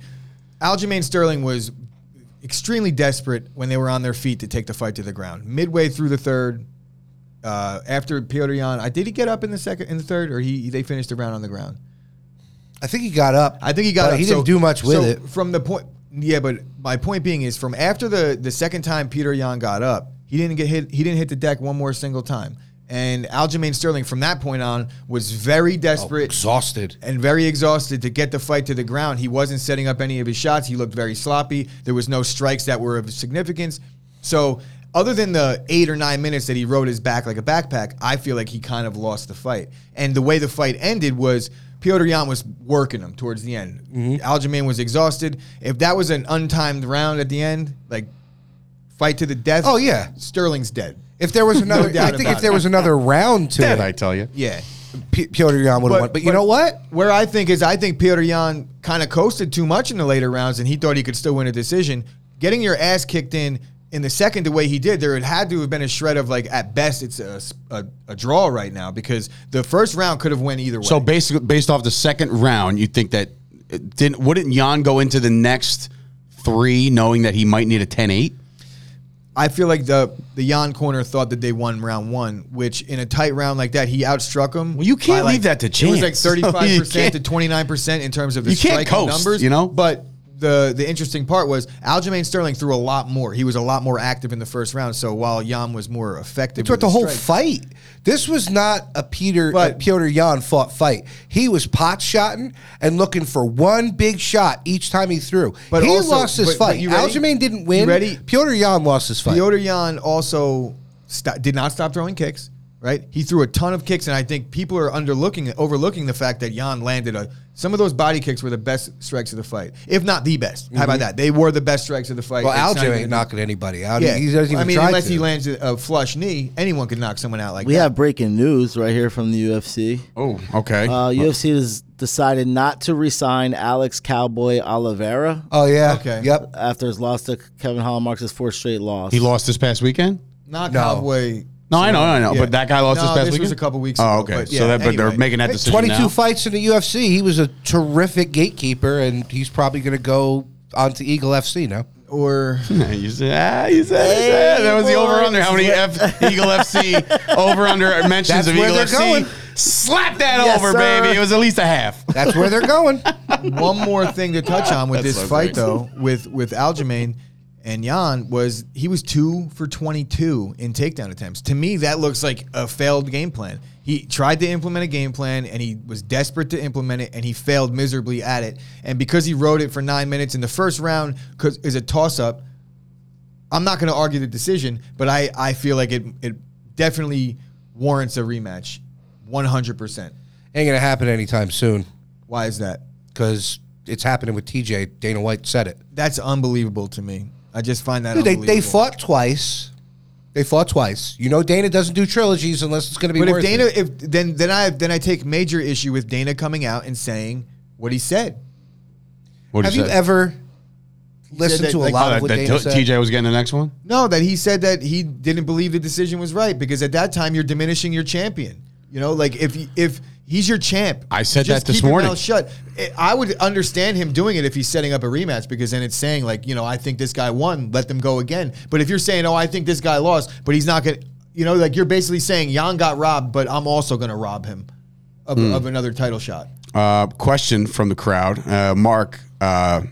[SPEAKER 1] Aljamain Sterling was extremely desperate when they were on their feet to take the fight to the ground. Midway through the third, uh, after Piotr Jan, I did he get up in the second in the third, or he they finished the round on the ground.
[SPEAKER 3] I think he got up.
[SPEAKER 1] I think he got.
[SPEAKER 3] but
[SPEAKER 1] up.
[SPEAKER 3] He
[SPEAKER 1] So-
[SPEAKER 3] didn't do much with
[SPEAKER 1] so
[SPEAKER 3] it.
[SPEAKER 1] From the point, yeah, but my point being is from after the the second time Peter Yan got up, he didn't get hit. He didn't hit the deck one more single time. And Aljamain Sterling, from that point on, was
[SPEAKER 3] Oh,
[SPEAKER 1] very desperate
[SPEAKER 3] Exhausted.
[SPEAKER 1] and very exhausted to get the fight to the ground. He wasn't setting up any of his shots. He looked very sloppy. There was no strikes that were of significance. So, other than the eight or nine minutes that he rode his back like a backpack, I feel like he kind of lost the fight. And the way the fight ended was Piotr Jan was working him towards the end.
[SPEAKER 3] Mm-hmm.
[SPEAKER 1] Aljamain was exhausted. If that was an untimed round at the end, like fight to the death.
[SPEAKER 3] Oh, yeah.
[SPEAKER 1] Sterling's dead.
[SPEAKER 3] If there was another,
[SPEAKER 1] doubt
[SPEAKER 3] I think
[SPEAKER 1] about
[SPEAKER 3] if there
[SPEAKER 1] it.
[SPEAKER 3] was another round to
[SPEAKER 2] Dead,
[SPEAKER 3] it,
[SPEAKER 2] I tell you.
[SPEAKER 1] Yeah.
[SPEAKER 3] P- Piotr Jan would have won. But you know what?
[SPEAKER 1] Where I think is, I think Piotr Jan kind of coasted too much in the later rounds, and he thought he could still win a decision. Getting your ass kicked in in the second the way he did, there had to have been a shred of like at best it's a, s- a- a draw right now because the first round could have went either way.
[SPEAKER 2] So basically, based off the second round, you think that it didn't wouldn't Jan go into the next three knowing that he might need a 10-8?
[SPEAKER 1] I feel like the the Jan corner thought that they won round one, which in a tight round like that, he outstruck him.
[SPEAKER 2] Well, you can't
[SPEAKER 1] by, like-
[SPEAKER 2] leave that to
[SPEAKER 1] It was like
[SPEAKER 2] chance. So
[SPEAKER 1] thirty
[SPEAKER 2] you
[SPEAKER 1] five percent to
[SPEAKER 2] can't-
[SPEAKER 1] twenty nine percent in terms of the
[SPEAKER 2] You can't
[SPEAKER 1] striking
[SPEAKER 2] coast,
[SPEAKER 1] numbers.
[SPEAKER 2] you know?
[SPEAKER 1] but the the interesting part was Aljamain Sterling threw a lot more. He was a lot more active in the first round. So while Jan was more effective,
[SPEAKER 3] Throughout
[SPEAKER 1] with
[SPEAKER 3] the whole
[SPEAKER 1] strike-
[SPEAKER 3] fight, this was not a Peter a
[SPEAKER 1] But-
[SPEAKER 3] Piotr Jan fought fight. He was pot shotting and looking for one big shot each time he threw.
[SPEAKER 1] But
[SPEAKER 3] he
[SPEAKER 1] also-
[SPEAKER 3] lost his
[SPEAKER 1] but- but
[SPEAKER 3] fight.
[SPEAKER 1] you ready?
[SPEAKER 3] Aljamain didn't win.
[SPEAKER 1] You ready?
[SPEAKER 3] Piotr Jan lost his fight.
[SPEAKER 1] Piotr Jan also sto- did not stop throwing kicks. Right, he threw a ton of kicks, and I think people are underlooking, overlooking the fact that Jan landed a. Some of those body kicks were the best strikes of the fight, if not the best. How
[SPEAKER 2] Mm-hmm.
[SPEAKER 1] about that? They were the best strikes of the fight.
[SPEAKER 3] well,
[SPEAKER 1] It's not
[SPEAKER 3] Aljamain
[SPEAKER 1] even-
[SPEAKER 3] ain't knocking anybody out.
[SPEAKER 1] Yeah,
[SPEAKER 3] He doesn't even
[SPEAKER 1] I mean,
[SPEAKER 3] try
[SPEAKER 1] unless
[SPEAKER 3] to.
[SPEAKER 1] he lands a a flush knee, anyone could knock someone out like
[SPEAKER 4] We
[SPEAKER 1] that.
[SPEAKER 4] have breaking news right here from the UFC.
[SPEAKER 2] Oh, okay.
[SPEAKER 4] Uh, UFC has decided not to resign Alex Cowboy Oliveira
[SPEAKER 3] oh yeah.
[SPEAKER 1] Okay.
[SPEAKER 3] Yep.
[SPEAKER 4] after his loss to Kevin Hallmark's fourth straight loss.
[SPEAKER 2] he lost this past weekend?
[SPEAKER 1] Not
[SPEAKER 3] No.
[SPEAKER 1] Cowboy.
[SPEAKER 2] No, I know, I know,
[SPEAKER 1] Yeah.
[SPEAKER 2] but that guy lost
[SPEAKER 1] No,
[SPEAKER 2] this past
[SPEAKER 1] this
[SPEAKER 2] weekend.
[SPEAKER 1] was a couple weeks
[SPEAKER 2] Oh,
[SPEAKER 1] ago,
[SPEAKER 2] okay.
[SPEAKER 1] but
[SPEAKER 2] so
[SPEAKER 1] yeah,
[SPEAKER 2] that, but they're
[SPEAKER 1] anyway.
[SPEAKER 2] making that
[SPEAKER 1] Hey,
[SPEAKER 2] decision
[SPEAKER 3] 22
[SPEAKER 2] now.
[SPEAKER 3] fights in the UFC. He was a terrific gatekeeper, and he's probably going to go on to Eagle FC now.
[SPEAKER 1] Or
[SPEAKER 2] You said, ah, you said, you said. that was the
[SPEAKER 4] boy.
[SPEAKER 2] over under. How many F- Eagle FC over under mentions
[SPEAKER 3] That's
[SPEAKER 2] of
[SPEAKER 3] where
[SPEAKER 2] Eagle
[SPEAKER 3] they're
[SPEAKER 2] FC?
[SPEAKER 3] going.
[SPEAKER 2] Slap that
[SPEAKER 4] Yes,
[SPEAKER 2] over,
[SPEAKER 4] sir.
[SPEAKER 2] baby. It was at least a half.
[SPEAKER 3] That's where they're going.
[SPEAKER 1] one more thing to touch on with
[SPEAKER 2] That's
[SPEAKER 1] this
[SPEAKER 2] so
[SPEAKER 1] fight,
[SPEAKER 2] great.
[SPEAKER 1] though, with with Aljamain and Jan was he was two for twenty two in takedown attempts. To me, that looks like a failed game plan. He tried to implement a game plan and he was desperate to implement it and he failed miserably at it. And because he rode it for nine minutes in the first round, because is a toss up. I'm not going to argue the decision, but I, I feel like it it definitely warrants a rematch, 100. percent
[SPEAKER 3] Ain't going to happen anytime soon
[SPEAKER 1] Why is that?
[SPEAKER 3] because it's happening with TJ. Dana White said it.
[SPEAKER 1] That's unbelievable to me. I just find that
[SPEAKER 3] Dude, they,
[SPEAKER 1] unbelievable.
[SPEAKER 3] they fought twice. They fought twice. You know, Dana doesn't do trilogies unless it's going to be
[SPEAKER 1] But if
[SPEAKER 3] worth
[SPEAKER 1] Dana,
[SPEAKER 3] it.
[SPEAKER 1] if then then I then I take major issue with Dana coming out and saying what he said.
[SPEAKER 2] What
[SPEAKER 3] Have you ever listened
[SPEAKER 1] that,
[SPEAKER 3] to a
[SPEAKER 1] like,
[SPEAKER 3] lot of what Dana said?
[SPEAKER 2] TJ was getting the next one.
[SPEAKER 1] No, that he said that he didn't believe the decision was right because at that time you're diminishing your champion. You know, like if if he's your champ,
[SPEAKER 2] I said
[SPEAKER 1] just
[SPEAKER 2] that this
[SPEAKER 1] keep your
[SPEAKER 2] morning.
[SPEAKER 1] mouth shut. I- I would understand him doing it if he's setting up a rematch because then it's saying like, you know, I think this guy won, let them go again. But if you're saying, oh, I think this guy lost, but he's not gonna, you know, like you're basically saying Jan got robbed, but I'm also gonna rob him of,
[SPEAKER 2] Hmm.
[SPEAKER 1] of another title shot.
[SPEAKER 2] Uh, question from the crowd. Uh, Mark, uh,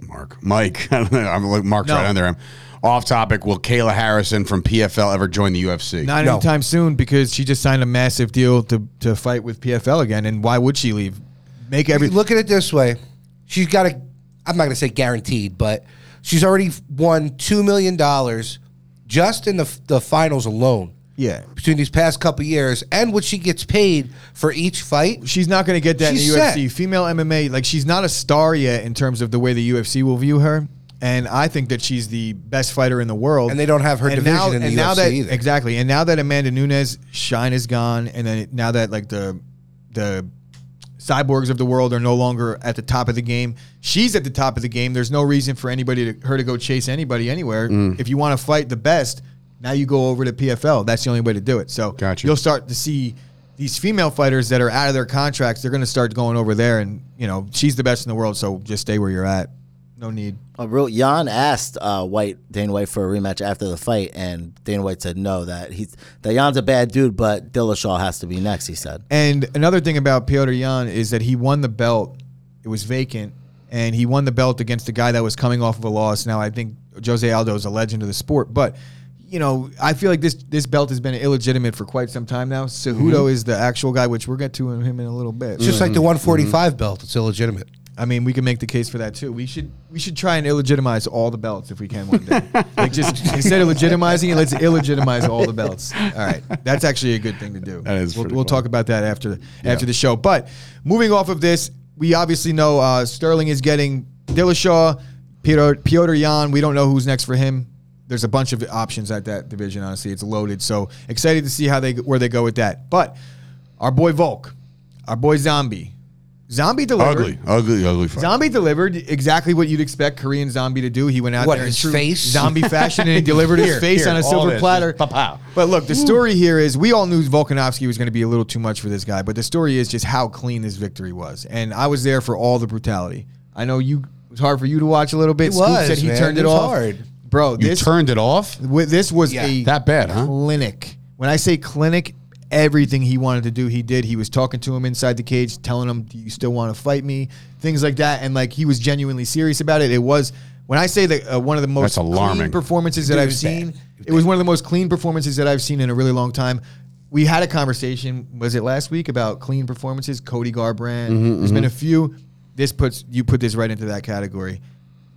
[SPEAKER 2] Mark, Mike. I don't know. I'm like Mark's
[SPEAKER 1] No.
[SPEAKER 2] right under him. Off topic. Will Kayla Harrison from PFL ever join the UFC?
[SPEAKER 1] Not
[SPEAKER 3] No.
[SPEAKER 1] anytime soon because she just signed a massive deal to to fight with PFL again, and why would she leave? Make every
[SPEAKER 3] You Look at it this way. She's got a, I'm not going to say guaranteed, but she's already won $2 million just in the, the finals alone
[SPEAKER 1] yeah.
[SPEAKER 3] between these past couple years and what she gets paid for each fight.
[SPEAKER 1] She's not going to get that
[SPEAKER 3] She's
[SPEAKER 1] in the UFC.
[SPEAKER 3] set.
[SPEAKER 1] Female MMA, like she's not a star yet in terms of the way the UFC will view her. And I think that she's the best fighter in the world.
[SPEAKER 3] And they don't have her division in the
[SPEAKER 1] now
[SPEAKER 3] UFC
[SPEAKER 1] that,
[SPEAKER 3] either.
[SPEAKER 1] Exactly. And now that Amanda Nunes shine is gone, and then now that like the the cyborgs of the world are no longer at the top of the game, she's at the top of the game. There's no reason for anybody to her to go chase anybody anywhere. If you want to fight the best, now you go over to PFL. That's the only way to do it. So
[SPEAKER 2] Gotcha.
[SPEAKER 1] you'll start to see these female fighters that are out of their contracts. They're going to start going over there, and you know she's the best in the world. So just stay where you're at. No need.
[SPEAKER 4] Uh, real, Jan asked uh, White Dana White for a rematch after the fight, and Dana White said no. That he's that Jan's a bad dude, but Dillashaw has to be next. He said.
[SPEAKER 1] And another thing about Piotr Jan is that he won the belt. It was vacant, and he won the belt against a guy that was coming off of a loss. Now I think Jose Aldo is a legend of the sport, but you know I feel like this this belt has been illegitimate for quite some time now. Cejudo is the actual guy, which we'll get to him in a little bit.
[SPEAKER 3] It's just like the 145
[SPEAKER 1] Mm-hmm.
[SPEAKER 3] belt. It's illegitimate.
[SPEAKER 1] I mean, we can make the case for that too. We should we should try and illegitimize all the belts if we can one day. like just instead of legitimizing it, let's illegitimize all the belts. All right, that's actually a good thing to do.
[SPEAKER 2] That is
[SPEAKER 1] We'll,
[SPEAKER 2] pretty
[SPEAKER 1] we'll
[SPEAKER 2] cool.
[SPEAKER 1] talk about that after after the show. But moving off of this, we obviously know uh, Sterling is getting Dillashaw, Piotr, Piotr Jan. We don't know who's next for him. There's a bunch of options at that division. Honestly, it's loaded. So excited to see how they where they go with that. But Our boy Volk, our boy Zombie, Zombie delivered.
[SPEAKER 2] Ugly, ugly, ugly fight.
[SPEAKER 1] Zombie delivered exactly what you'd expect Korean Zombie to do. He went out
[SPEAKER 3] What,
[SPEAKER 1] there in
[SPEAKER 3] his
[SPEAKER 1] true
[SPEAKER 3] face?
[SPEAKER 1] zombie fashion and he delivered his
[SPEAKER 2] Here,
[SPEAKER 1] face
[SPEAKER 2] here,
[SPEAKER 1] on a
[SPEAKER 2] all
[SPEAKER 1] silver
[SPEAKER 2] this,
[SPEAKER 1] platter.
[SPEAKER 2] just pa-pow.
[SPEAKER 1] But look, the story here is we all knew Volkanovski was going to be a little too much for this guy, but the story is just how clean this victory was. And I was there for all the brutality. I know you it was hard for you to watch a little bit.
[SPEAKER 3] It
[SPEAKER 1] Scoop
[SPEAKER 3] was,
[SPEAKER 1] said he
[SPEAKER 3] man.
[SPEAKER 1] turned it,
[SPEAKER 3] It was
[SPEAKER 1] off.
[SPEAKER 3] hard.
[SPEAKER 1] Bro,
[SPEAKER 2] you
[SPEAKER 1] this
[SPEAKER 2] turned it off.
[SPEAKER 1] wi- this was
[SPEAKER 3] Yeah.
[SPEAKER 1] a
[SPEAKER 2] That bad, huh?
[SPEAKER 1] clinic. When I say clinic, everything he wanted to do, he did. He was talking to him inside the cage, telling him, "Do you still want to fight me?" Things like that, and like he was genuinely serious about it. It was when I say that uh, one of the most
[SPEAKER 2] That's alarming.
[SPEAKER 1] clean performances that I've
[SPEAKER 3] was bad.
[SPEAKER 1] seen. It was one of the most clean performances that I've seen in a really long time. We had a conversation, was it last week, about clean performances? Cody Garbrandt.
[SPEAKER 2] Mm-hmm,
[SPEAKER 1] There's been a few. This puts you put this right into that category.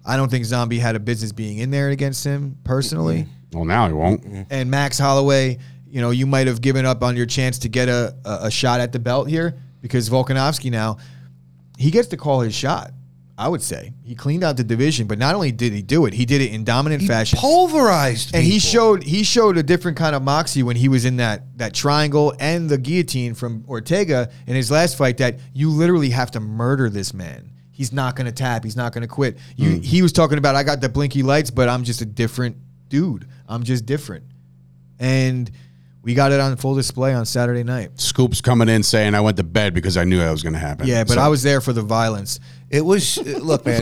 [SPEAKER 1] I don't think Zombie had a business being in there against him personally
[SPEAKER 2] Well, now he won't.
[SPEAKER 1] Mm-hmm. and Max Holloway, you know, you might have given up on your chance to get a, a, a shot at the belt here because Volkanovski now, he gets to call his shot, I would say. He cleaned out the division, but not only did he do it, he did it in dominant
[SPEAKER 3] He
[SPEAKER 1] fashion.
[SPEAKER 3] pulverized.
[SPEAKER 1] and he
[SPEAKER 3] people.
[SPEAKER 1] showed he showed a different kind of moxie when he was in that that triangle and the guillotine from Ortega in his last fight that you literally have to murder this man. He's not going to tap, he's not going to quit. You he was talking about I got the blinky lights, but I'm just a different dude. I'm just different. And we got it on full display on Saturday night.
[SPEAKER 2] Scoop's coming in saying I went to bed because I knew that was going to happen.
[SPEAKER 1] Yeah, but
[SPEAKER 2] So-
[SPEAKER 1] I was there for the violence.
[SPEAKER 3] It was uh, look, man.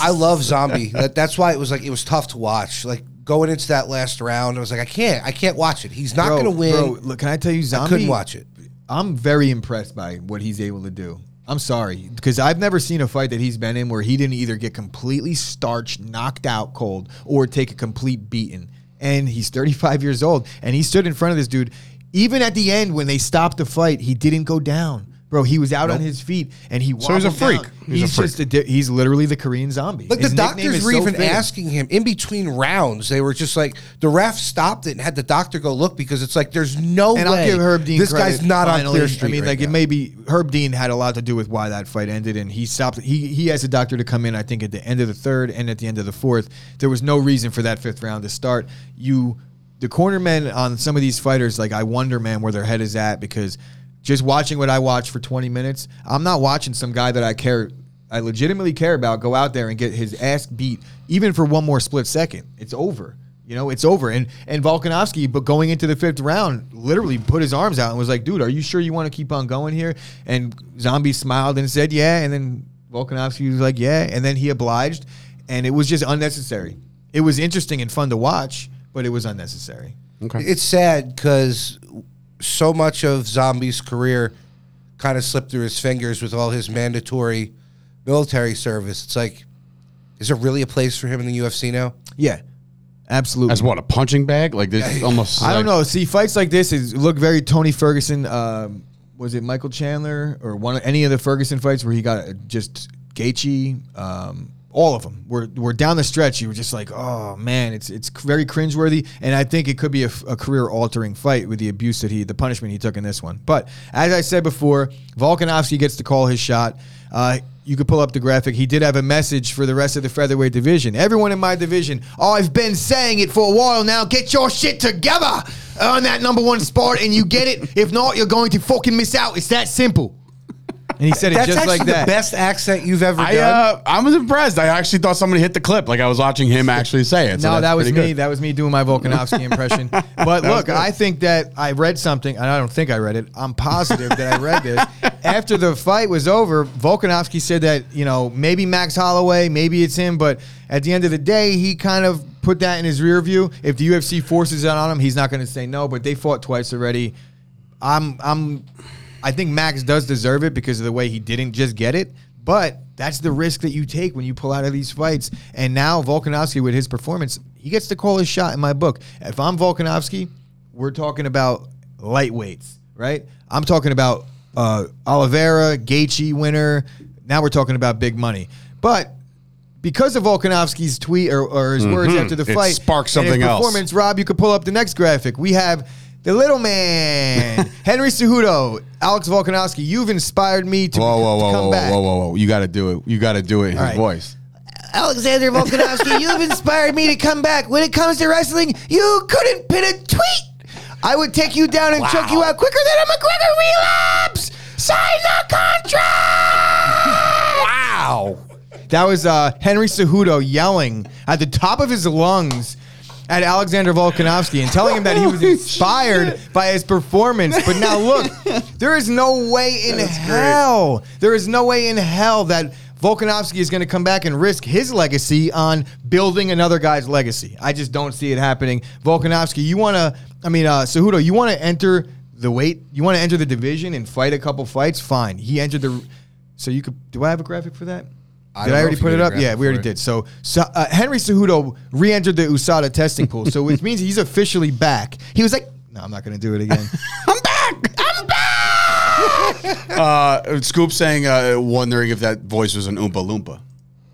[SPEAKER 3] I love zombie. That, that's why it was like it was tough to watch. Like going into that last round, I was like, I can't, I can't watch it. He's not
[SPEAKER 1] Bro,
[SPEAKER 3] going to win.
[SPEAKER 1] Bro, look, can I tell you zombie?
[SPEAKER 3] I couldn't watch it.
[SPEAKER 1] I'm very impressed by what he's able to do. I'm sorry because I've never seen a fight that he's been in where he didn't either get completely starched, knocked out cold, or take a complete beating. And he's 35 years old, and he stood in front of this dude. Even at the end, when they stopped the fight, he didn't go down, bro. He was out on his feet, and he
[SPEAKER 2] So he's a
[SPEAKER 1] wobbled down.
[SPEAKER 2] freak.
[SPEAKER 1] He's,
[SPEAKER 2] He's a freak.
[SPEAKER 1] just a di- he's literally the Korean zombie.
[SPEAKER 3] Like
[SPEAKER 1] His
[SPEAKER 3] the
[SPEAKER 1] nickname
[SPEAKER 3] doctors
[SPEAKER 1] is
[SPEAKER 3] were
[SPEAKER 1] so
[SPEAKER 3] even
[SPEAKER 1] fitting.
[SPEAKER 3] asking him in between rounds. They were just like the ref stopped it and had the doctor go look because it's like there's no
[SPEAKER 1] and
[SPEAKER 3] way
[SPEAKER 1] I'll give Herb Dean.
[SPEAKER 3] this
[SPEAKER 1] credit,
[SPEAKER 3] guy's not on
[SPEAKER 1] finally.
[SPEAKER 3] clear street.
[SPEAKER 1] I mean,
[SPEAKER 3] right
[SPEAKER 1] like it
[SPEAKER 3] now.
[SPEAKER 1] may be Herb Dean had a lot to do with why that fight ended, and he stopped. He he asked the doctor to come in. I think at the end of the third and at the end of the fourth, there was no reason for that fifth round to start. You, the corner men on some of these fighters, like I wonder, man, where their head is at because just watching what I watch for 20 minutes, I'm not watching some guy that I care. I legitimately care about go out there and get his ass beat, even for one more split second. It's over. You know, it's over. And and Volkanovski, but going into the fifth round, literally put his arms out and was like, "Dude, are you sure you want to keep on going here?" And Zombie smiled and said, "Yeah." And then Volkanovski was like, "Yeah," and then he obliged, and it was just unnecessary. It was interesting and fun to watch, but it was unnecessary.
[SPEAKER 3] It's sad because so much of Zombie's career kind of slipped through his fingers with all his mandatory military service. It's like, is there really a place for him in the UFC now?
[SPEAKER 1] Yeah, absolutely.
[SPEAKER 2] as what a punching bag. Like this almost.
[SPEAKER 1] I don't
[SPEAKER 2] like-
[SPEAKER 1] know. See, fights like this is look very Tony Ferguson. Um, was it Michael Chandler or one of any of the Ferguson fights where he got uh, just Gaethje? Um, all of them were were down the stretch. You were just like, oh man, it's it's very cringeworthy, and I think it could be a, career altering fight with the abuse that he, the punishment he took in this one. But as I said before, Volkanovski gets to call his shot. Uh, you could pull up the graphic. He did have a message for the rest of the featherweight division. Everyone in my division, oh, I've been saying it for a while now. Get your shit together. Earn that number one spot, and you get it. If not, you're going to fucking miss out. It's that simple. And he said it
[SPEAKER 3] That's
[SPEAKER 1] just
[SPEAKER 3] actually
[SPEAKER 1] like that.
[SPEAKER 3] the best accent you've ever
[SPEAKER 2] I
[SPEAKER 3] done.
[SPEAKER 2] uh, I was impressed. I actually thought somebody hit the clip. Like I was watching him actually say it. so
[SPEAKER 1] no,
[SPEAKER 2] that's
[SPEAKER 1] that was me.
[SPEAKER 2] pretty good.
[SPEAKER 1] That was me doing my Volkanovski impression. But look, I think that I read something, and I don't think I read it. I'm positive that I read this. After the fight was over, Volkanovski said that, you know, maybe Max Holloway, maybe it's him, but at the end of the day, he kind of put that in his rear view. If the UFC forces that on him, he's not going to say no, but they fought twice already. I'm I'm I think Max does deserve it because of the way he didn't just get it, but that's the risk that you take when you pull out of these fights. And now Volkanovski with his performance, he gets to call his shot in my book. If I'm Volkanovski, we're talking about lightweights, right? I'm talking about uh Oliveira, Gaethje winner. Now we're talking about big money. But because of Volkanovski's tweet or, or his words after the
[SPEAKER 2] Mm-hmm. It
[SPEAKER 1] fight,
[SPEAKER 2] sparked
[SPEAKER 1] and his
[SPEAKER 2] something else.
[SPEAKER 1] performance, Rob, you could pull up the next graphic. We have the little man, Henry Cejudo, Alex Volkanovski. You've inspired me to,
[SPEAKER 2] Whoa, whoa,
[SPEAKER 1] to
[SPEAKER 2] whoa,
[SPEAKER 1] come
[SPEAKER 2] whoa,
[SPEAKER 1] back.
[SPEAKER 2] whoa, whoa, whoa! You got to do it. You got to do it in his
[SPEAKER 1] All right.
[SPEAKER 2] voice.
[SPEAKER 1] Alexander Volkanovski, you've inspired me to come back. When it comes to wrestling, you couldn't pin a tweet I would take you down and choke you out quicker than a McGregor relapse. Sign the contract.
[SPEAKER 3] Wow.
[SPEAKER 1] That was uh, Henry Cejudo yelling at the top of his lungs at Alexander Volkanovsky and telling him that he was inspired by his performance. But now look, there is no way in hell, there is no way in hell that Volkanovsky is going to come back and risk his legacy on building another guy's legacy. I just don't see it happening. Volkanovsky, you want to, I mean, uh, Cejudo, you want to enter the weight, you want to enter the division and fight a couple fights? Fine. He entered the, so you could, do I have a graphic for that?
[SPEAKER 3] I
[SPEAKER 1] did
[SPEAKER 3] don't
[SPEAKER 1] I
[SPEAKER 3] know
[SPEAKER 1] already
[SPEAKER 3] if you
[SPEAKER 1] put
[SPEAKER 3] made
[SPEAKER 1] it
[SPEAKER 3] a
[SPEAKER 1] up? Yeah,
[SPEAKER 3] graphic
[SPEAKER 1] we already
[SPEAKER 3] for it.
[SPEAKER 1] did. So, so uh, Henry Cejudo re-entered the USADA testing pool, so which means he's officially back. He was like, "No, I'm not going to do it again."
[SPEAKER 2] I'm back. I'm back. uh, Scoop saying, uh, wondering if that voice was an Oompa Loompa.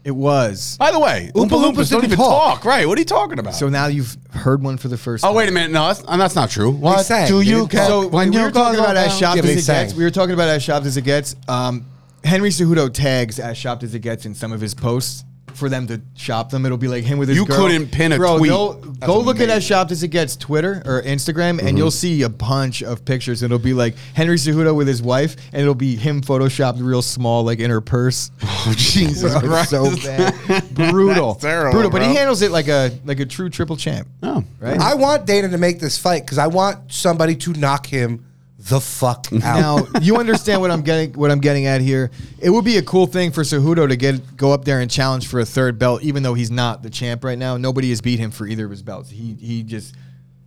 [SPEAKER 1] it was.
[SPEAKER 2] By the way, Oompa,
[SPEAKER 3] Loompas
[SPEAKER 2] Loompas, don't
[SPEAKER 3] didn't
[SPEAKER 2] even
[SPEAKER 3] talk.
[SPEAKER 2] talk. Right? What are you talking about?
[SPEAKER 1] So now you've heard one for the first.
[SPEAKER 2] oh
[SPEAKER 1] time.
[SPEAKER 2] wait a minute. No, that's, uh, that's not true. What
[SPEAKER 3] sang.
[SPEAKER 2] do
[SPEAKER 3] They
[SPEAKER 2] you
[SPEAKER 3] didn't
[SPEAKER 2] get
[SPEAKER 1] So when we
[SPEAKER 2] you
[SPEAKER 1] were talking
[SPEAKER 2] go
[SPEAKER 1] about as
[SPEAKER 2] down?
[SPEAKER 1] shopped
[SPEAKER 3] Yeah, but
[SPEAKER 1] as
[SPEAKER 3] he
[SPEAKER 1] it gets,
[SPEAKER 3] sang.
[SPEAKER 1] we were talking about as shopped as it gets. Um, Henry Cejudo tags as shopped as it gets in some of his posts for them to shop them. It'll be like him with his
[SPEAKER 2] You
[SPEAKER 1] girl.
[SPEAKER 2] couldn't pin a
[SPEAKER 1] Bro,
[SPEAKER 2] tweet.
[SPEAKER 1] Go,
[SPEAKER 2] That's
[SPEAKER 1] go look at
[SPEAKER 2] amazing. Mm-hmm.
[SPEAKER 1] as shopped as it gets Twitter or Instagram, and you'll see a bunch of pictures. It'll be like Henry Cejudo with his wife, and it'll be him photoshopped real small, like in her purse.
[SPEAKER 2] Oh, Jesus
[SPEAKER 1] It's
[SPEAKER 2] Christ!
[SPEAKER 1] so bad, brutal,
[SPEAKER 2] terrible,
[SPEAKER 1] brutal. But he
[SPEAKER 2] bro.
[SPEAKER 1] handles it like a like a true triple champ.
[SPEAKER 2] Oh.
[SPEAKER 1] right.
[SPEAKER 3] I want Dana to make this fight because I want somebody to knock him the fuck out.
[SPEAKER 1] Now you understand what I'm getting what I'm getting at here. It would be a cool thing for Cejudo to get go up there and challenge for a third belt, even though he's not the champ right now. Nobody has beat him for either of his belts. He he just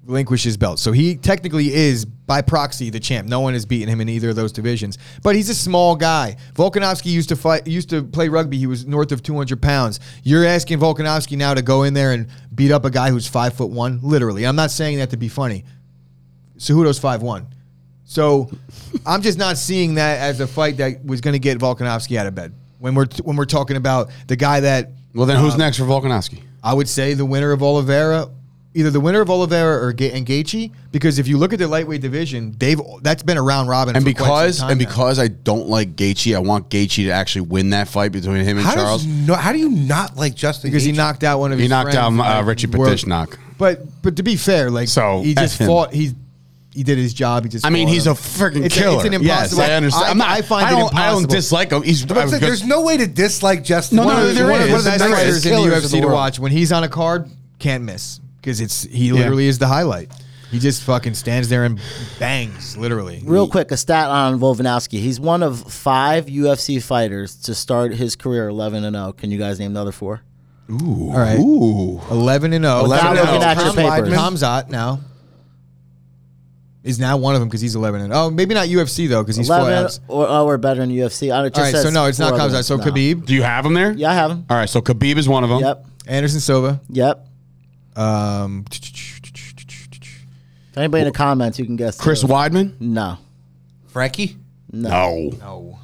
[SPEAKER 1] relinquished his belt, so he technically is by proxy the champ. No one has beaten him in either of those divisions, but he's a small guy. Volkanovski used to fight used to play rugby. He was north of 200 pounds. You're asking Volkanovski now to go in there and beat up a guy who's five foot one, literally. I'm not saying that to be funny. Cejudo's five one. So I'm just not seeing that as a fight that was going to get Volkanovski out of bed. When we're when we're talking about the guy that
[SPEAKER 2] Well, then
[SPEAKER 1] Uh,
[SPEAKER 2] who's next for Volkanovski?
[SPEAKER 1] I would say the winner of Oliveira, either the winner of Oliveira or Ga- and Gaethje, because if you look at the lightweight division, they've that's been a round robin.
[SPEAKER 2] And
[SPEAKER 1] for quite some
[SPEAKER 2] because
[SPEAKER 1] time
[SPEAKER 2] and
[SPEAKER 1] now.
[SPEAKER 2] because I don't like Gaethje, I want Gaethje to actually win that fight between him and
[SPEAKER 3] how,
[SPEAKER 2] Charles.
[SPEAKER 3] does you know, how do you not like Justin?
[SPEAKER 1] because he
[SPEAKER 3] Gaethje?
[SPEAKER 1] knocked out one of
[SPEAKER 2] He
[SPEAKER 1] his
[SPEAKER 2] knocked
[SPEAKER 1] friends,
[SPEAKER 2] out, uh,
[SPEAKER 1] like,
[SPEAKER 2] Richie
[SPEAKER 1] world-
[SPEAKER 2] Petitschnak.
[SPEAKER 1] But but to be fair, like
[SPEAKER 2] So,
[SPEAKER 1] he just
[SPEAKER 2] F him.
[SPEAKER 1] fought he. He did his job. He just.
[SPEAKER 2] I mean,
[SPEAKER 1] fought
[SPEAKER 2] he's
[SPEAKER 1] him.
[SPEAKER 2] a freaking
[SPEAKER 1] It's it's
[SPEAKER 2] killer.
[SPEAKER 1] an
[SPEAKER 2] Yes,
[SPEAKER 1] impossible.
[SPEAKER 2] I understand. I, am not, I find
[SPEAKER 1] find
[SPEAKER 2] I don't,
[SPEAKER 1] it
[SPEAKER 2] I don't
[SPEAKER 1] impossible.
[SPEAKER 2] dislike him. He's
[SPEAKER 3] But I'm saying, there's no way to dislike Justin.
[SPEAKER 2] No, no,
[SPEAKER 1] one of,
[SPEAKER 3] Gaethje.
[SPEAKER 1] the-
[SPEAKER 2] there
[SPEAKER 1] one of
[SPEAKER 2] is.
[SPEAKER 1] the
[SPEAKER 2] That's
[SPEAKER 1] best
[SPEAKER 2] right.
[SPEAKER 1] fighters in the
[SPEAKER 3] Killers of
[SPEAKER 1] UFC
[SPEAKER 3] the
[SPEAKER 1] to
[SPEAKER 3] world.
[SPEAKER 1] watch. When he's on a card, can't miss because it's he literally is the highlight. He just fucking stands there and bangs, literally.
[SPEAKER 4] Real quick, a stat on Volkanovski. He's one of five UFC fighters to start his career 11 and 0. Can you guys name the other four?
[SPEAKER 2] Ooh.
[SPEAKER 1] All right.
[SPEAKER 2] Ooh.
[SPEAKER 1] Eleven and zero.
[SPEAKER 2] 11 and oh. 0.
[SPEAKER 1] Tom
[SPEAKER 2] Looking
[SPEAKER 4] at your
[SPEAKER 1] Weidman-
[SPEAKER 4] papers.
[SPEAKER 1] Kamzat now is now one of them because he's eleven and oh maybe not UFC though because he's four
[SPEAKER 4] 11
[SPEAKER 1] outs.
[SPEAKER 4] or, oh, or better in UFC. I, it just
[SPEAKER 1] All right,
[SPEAKER 4] says
[SPEAKER 1] so no, it's not
[SPEAKER 4] four
[SPEAKER 1] Kamzat.
[SPEAKER 4] others.
[SPEAKER 1] So
[SPEAKER 4] No.
[SPEAKER 1] Khabib,
[SPEAKER 2] Do you have him there?
[SPEAKER 4] Yeah, I have him.
[SPEAKER 2] All right. So Khabib is one of them.
[SPEAKER 4] Yep.
[SPEAKER 1] Anderson Silva.
[SPEAKER 4] Yep.
[SPEAKER 1] Um,
[SPEAKER 4] If anybody in the comments, you can guess.
[SPEAKER 2] Chris
[SPEAKER 4] those.
[SPEAKER 2] Weidman.
[SPEAKER 4] No.
[SPEAKER 3] Frankie.
[SPEAKER 4] No.
[SPEAKER 2] No.
[SPEAKER 1] no,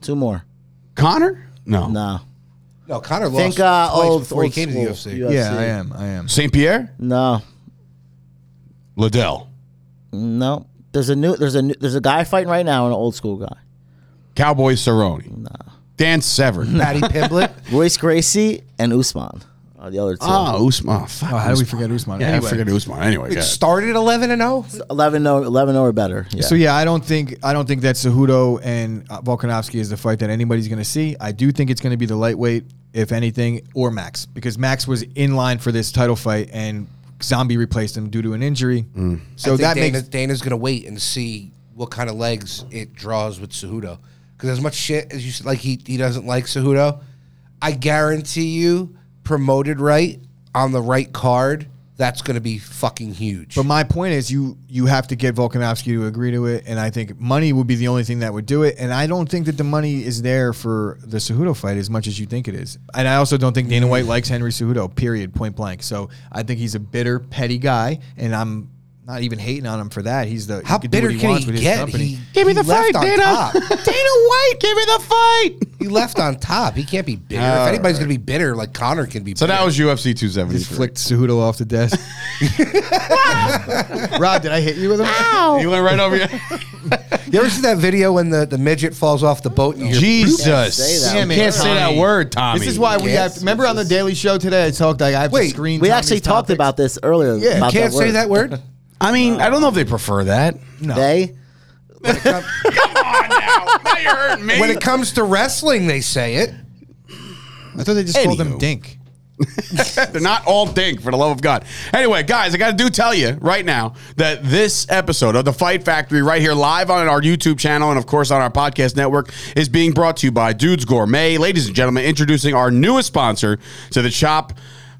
[SPEAKER 4] Two more.
[SPEAKER 2] Connor. No.
[SPEAKER 4] No.
[SPEAKER 3] No, Connor lost
[SPEAKER 4] Think uh,
[SPEAKER 3] twice
[SPEAKER 4] old,
[SPEAKER 3] before
[SPEAKER 4] old
[SPEAKER 3] he came to the
[SPEAKER 4] school
[SPEAKER 3] UFC.
[SPEAKER 1] yeah, I am, I am.
[SPEAKER 2] Saint Pierre.
[SPEAKER 4] No.
[SPEAKER 2] Liddell.
[SPEAKER 4] No. There's a new. There's a new, there's a guy fighting right now, an old school guy.
[SPEAKER 2] Cowboy Cerrone. No. Dan Severn.
[SPEAKER 3] Patty Pimblett.
[SPEAKER 4] Royce Gracie and Usman are the other two.
[SPEAKER 2] Oh, Usman. Oh, fuck
[SPEAKER 1] Oh, how do we
[SPEAKER 2] Usman.
[SPEAKER 1] forget Usman?
[SPEAKER 2] Yeah,
[SPEAKER 1] Anyway.
[SPEAKER 2] I forget Usman. Anyway,
[SPEAKER 3] It
[SPEAKER 2] yeah.
[SPEAKER 3] started 11 and oh? 0.
[SPEAKER 4] 11 no 11 or better. Yeah.
[SPEAKER 1] So yeah, I don't think I don't think that Cejudo and uh, Volkanovski is the fight that anybody's going to see. I do think it's going to be the lightweight, if anything, or Max because Max was in line for this title fight and Zombie replaced him due to an injury.
[SPEAKER 3] I
[SPEAKER 1] So
[SPEAKER 3] think
[SPEAKER 1] that
[SPEAKER 3] Dana,
[SPEAKER 1] makes
[SPEAKER 3] Dana's going to wait and see what kind of legs it draws with Cejudo. Because as much shit as you s- like, he he doesn't like Cejudo. I guarantee you, promoted right on the right card, that's going to be fucking huge.
[SPEAKER 1] But my point is, you you have to get Volkanovski to agree to it, and I think money would be the only thing that would do it. And I don't think that the money is there for the Cejudo fight as much as you think it is. And I also don't think Dana White likes Henry Cejudo. Period, point blank. So I think he's a bitter, petty guy, and I'm not even hating on him for that. He's the he can
[SPEAKER 3] How
[SPEAKER 1] do
[SPEAKER 3] bitter
[SPEAKER 1] what he
[SPEAKER 3] can
[SPEAKER 1] wants
[SPEAKER 3] he
[SPEAKER 1] with
[SPEAKER 3] get?
[SPEAKER 1] His company.
[SPEAKER 3] He, he left on top.
[SPEAKER 2] White, give me the fight.
[SPEAKER 3] he left on top. He can't be bitter. if anybody's going to be bitter, like Connor can be.
[SPEAKER 2] So
[SPEAKER 3] bitter.
[SPEAKER 2] that was UFC 270.
[SPEAKER 1] Just flicked Cejudo off the desk. Rob, did I hit you with him?
[SPEAKER 2] You went right over you.
[SPEAKER 3] you ever see that video when the, the midget falls off the boat? And you hear-
[SPEAKER 2] Jesus.
[SPEAKER 4] Can't say that
[SPEAKER 1] Damn
[SPEAKER 2] you
[SPEAKER 1] it,
[SPEAKER 2] can't say that
[SPEAKER 1] Tommy.
[SPEAKER 2] word, Tommy.
[SPEAKER 1] This is why we
[SPEAKER 4] Yes,
[SPEAKER 1] have. Remember on the Daily Show today, I talked like I have
[SPEAKER 3] Wait,
[SPEAKER 1] to screen.
[SPEAKER 4] we
[SPEAKER 1] Tommy's
[SPEAKER 4] actually talked
[SPEAKER 1] topics.
[SPEAKER 4] about this earlier.
[SPEAKER 1] Yeah,
[SPEAKER 4] about
[SPEAKER 3] can't
[SPEAKER 4] that word.
[SPEAKER 3] say that word.
[SPEAKER 2] I mean, I don't know if they prefer that.
[SPEAKER 4] They?
[SPEAKER 2] Come on now. Now you're hurting me.
[SPEAKER 3] When it comes to wrestling, they say it.
[SPEAKER 1] I thought they just called him
[SPEAKER 2] Anywho.
[SPEAKER 1] Dink.
[SPEAKER 2] They're not all dink, for the love of God. Anyway, guys, I got to do tell you right now that this episode of The Fight Factory, right here live on our YouTube channel and, of course, on our podcast network, is being brought to you by Dudes Gourmet. Ladies and gentlemen, introducing our newest sponsor to the Chop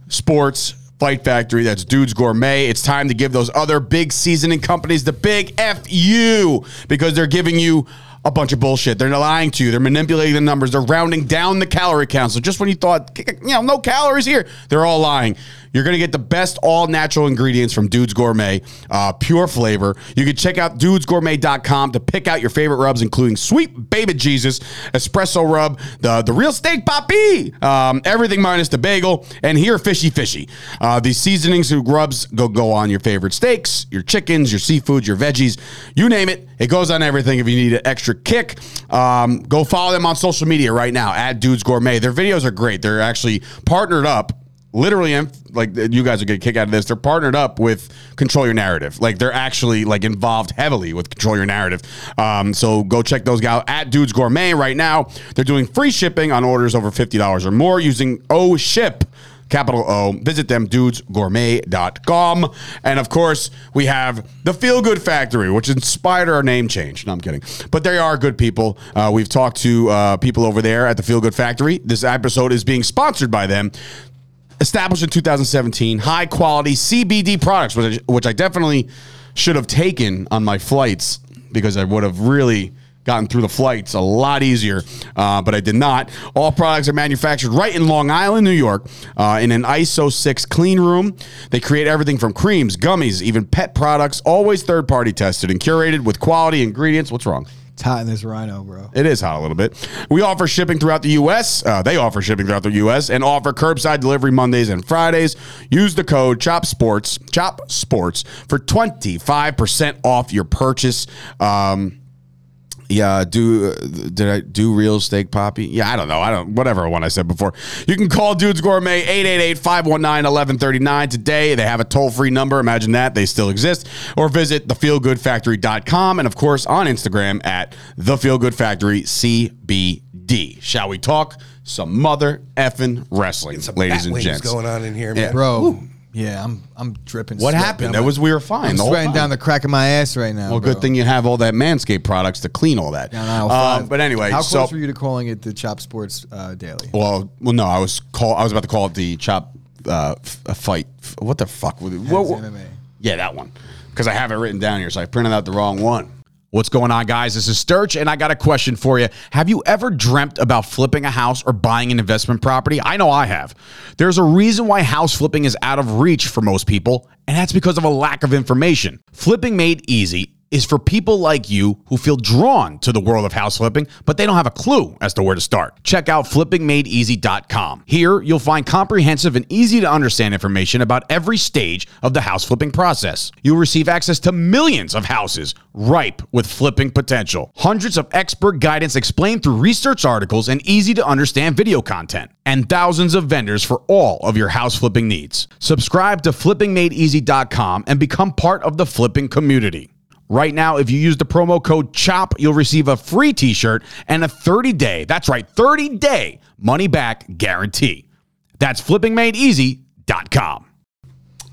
[SPEAKER 2] Sports Fight Factory. That's Dudes Gourmet. It's time to give those other big seasoning companies the big FU because they're giving you a bunch of bullshit. They're lying to you. They're manipulating the numbers. They're rounding down the calorie count. So just when you thought, you know, no calories here, they're all lying. You're going to get the best all natural ingredients from Dudes Gourmet, uh, pure flavor. You can check out dudesgourmet.com to pick out your favorite rubs, including Sweet Baby Jesus, Espresso Rub, the, the Real Steak Poppy, um, everything minus the bagel, and here Fishy Fishy. Uh, these seasonings and rubs go, go on your favorite steaks, your chickens, your seafood, your veggies, you name it. It goes on everything if you need an extra kick. Um, go follow them on social media right now at Dudes Gourmet. Their videos are great. They're actually partnered up. Literally, and like you guys are getting a kick out of this. They're partnered up with Control Your Narrative. Like they're actually like involved heavily with Control Your Narrative. Um, so go check those guys out at Dudes Gourmet right now. They're doing free shipping on orders over fifty dollars or more using O Ship capital O. Visit them, dudesgourmet.com. And of course, we have the Feel Good Factory, which inspired our name change. No, I'm kidding. But they are good people. Uh, we've talked to uh, people over there at the Feel Good Factory. This episode is being sponsored by them. Established in 2017, high quality CBD products, which I, which I definitely should have taken on my flights because I would have really gotten through the flights a lot easier, uh, but I did not. All products are manufactured right in Long Island, New York, uh, in an ISO 6 clean room. They create everything from creams, gummies, even pet products, always third party tested and curated with quality ingredients. What's wrong?
[SPEAKER 1] It's hot in this rhino, bro.
[SPEAKER 2] It is hot a little bit. We offer shipping throughout the U.S. Uh, they offer shipping throughout the U.S. and offer curbside delivery Mondays and Fridays. Use the code Chop Sports Chop Sports for twenty five percent off your purchase. Um, yeah, do uh, did I do real steak poppy? Yeah, I don't know. I don't whatever one I said before. You can call Dudes Gourmet 888-519-1139 today. They have a toll-free number. Imagine that. They still exist. Or visit thefeelgoodfactory.com and of course on Instagram at thefeelgoodfactorycbd. Shall we talk some mother effing wrestling, ladies
[SPEAKER 3] Bat
[SPEAKER 2] and
[SPEAKER 3] wings
[SPEAKER 2] gents?
[SPEAKER 3] going on in here, man.
[SPEAKER 1] Bro, yeah, I'm I'm dripping.
[SPEAKER 2] What
[SPEAKER 1] sweat
[SPEAKER 2] happened?
[SPEAKER 1] down
[SPEAKER 2] That
[SPEAKER 1] my-
[SPEAKER 2] was we were fine.
[SPEAKER 1] I'm
[SPEAKER 2] the whole
[SPEAKER 1] sweating
[SPEAKER 2] time.
[SPEAKER 1] down the crack of my ass right now.
[SPEAKER 2] well,
[SPEAKER 1] bro.
[SPEAKER 2] good thing you have all that Manscaped products to clean all that.
[SPEAKER 1] Down aisle
[SPEAKER 2] Um,
[SPEAKER 1] five.
[SPEAKER 2] but anyway,
[SPEAKER 1] how
[SPEAKER 2] so
[SPEAKER 1] close were you to calling it the Chop Sports uh, Daily?
[SPEAKER 2] Well, well, no, I was call. I was about to call it the chop uh, f- a fight. F- What the fuck? What, what, what-
[SPEAKER 1] MMA.
[SPEAKER 2] Yeah, that one. Because I have it written down here, so I printed out the wrong one. What's going on, guys? This is Sturch, and I got a question for you. Have you ever dreamt about flipping a house or buying an investment property? I know I have. There's a reason why house flipping is out of reach for most people, and that's because of a lack of information. Flipping made easy is for people like you who feel drawn to the world of house flipping, but they don't have a clue as to where to start. Check out flippingmadeeasy.com. Here, you'll find comprehensive and easy to understand information about every stage of the house flipping process. You'll receive access to millions of houses ripe with flipping potential. Hundreds of expert guidance explained through research articles and easy to understand video content, and thousands of vendors for all of your house flipping needs. Subscribe to flippingmadeeasy.com and become part of the flipping community. Right now, if you use the promo code CHOP, you'll receive a free t shirt and a 30 day, that's right, 30 day money back guarantee. That's flippingmadeeasy.com.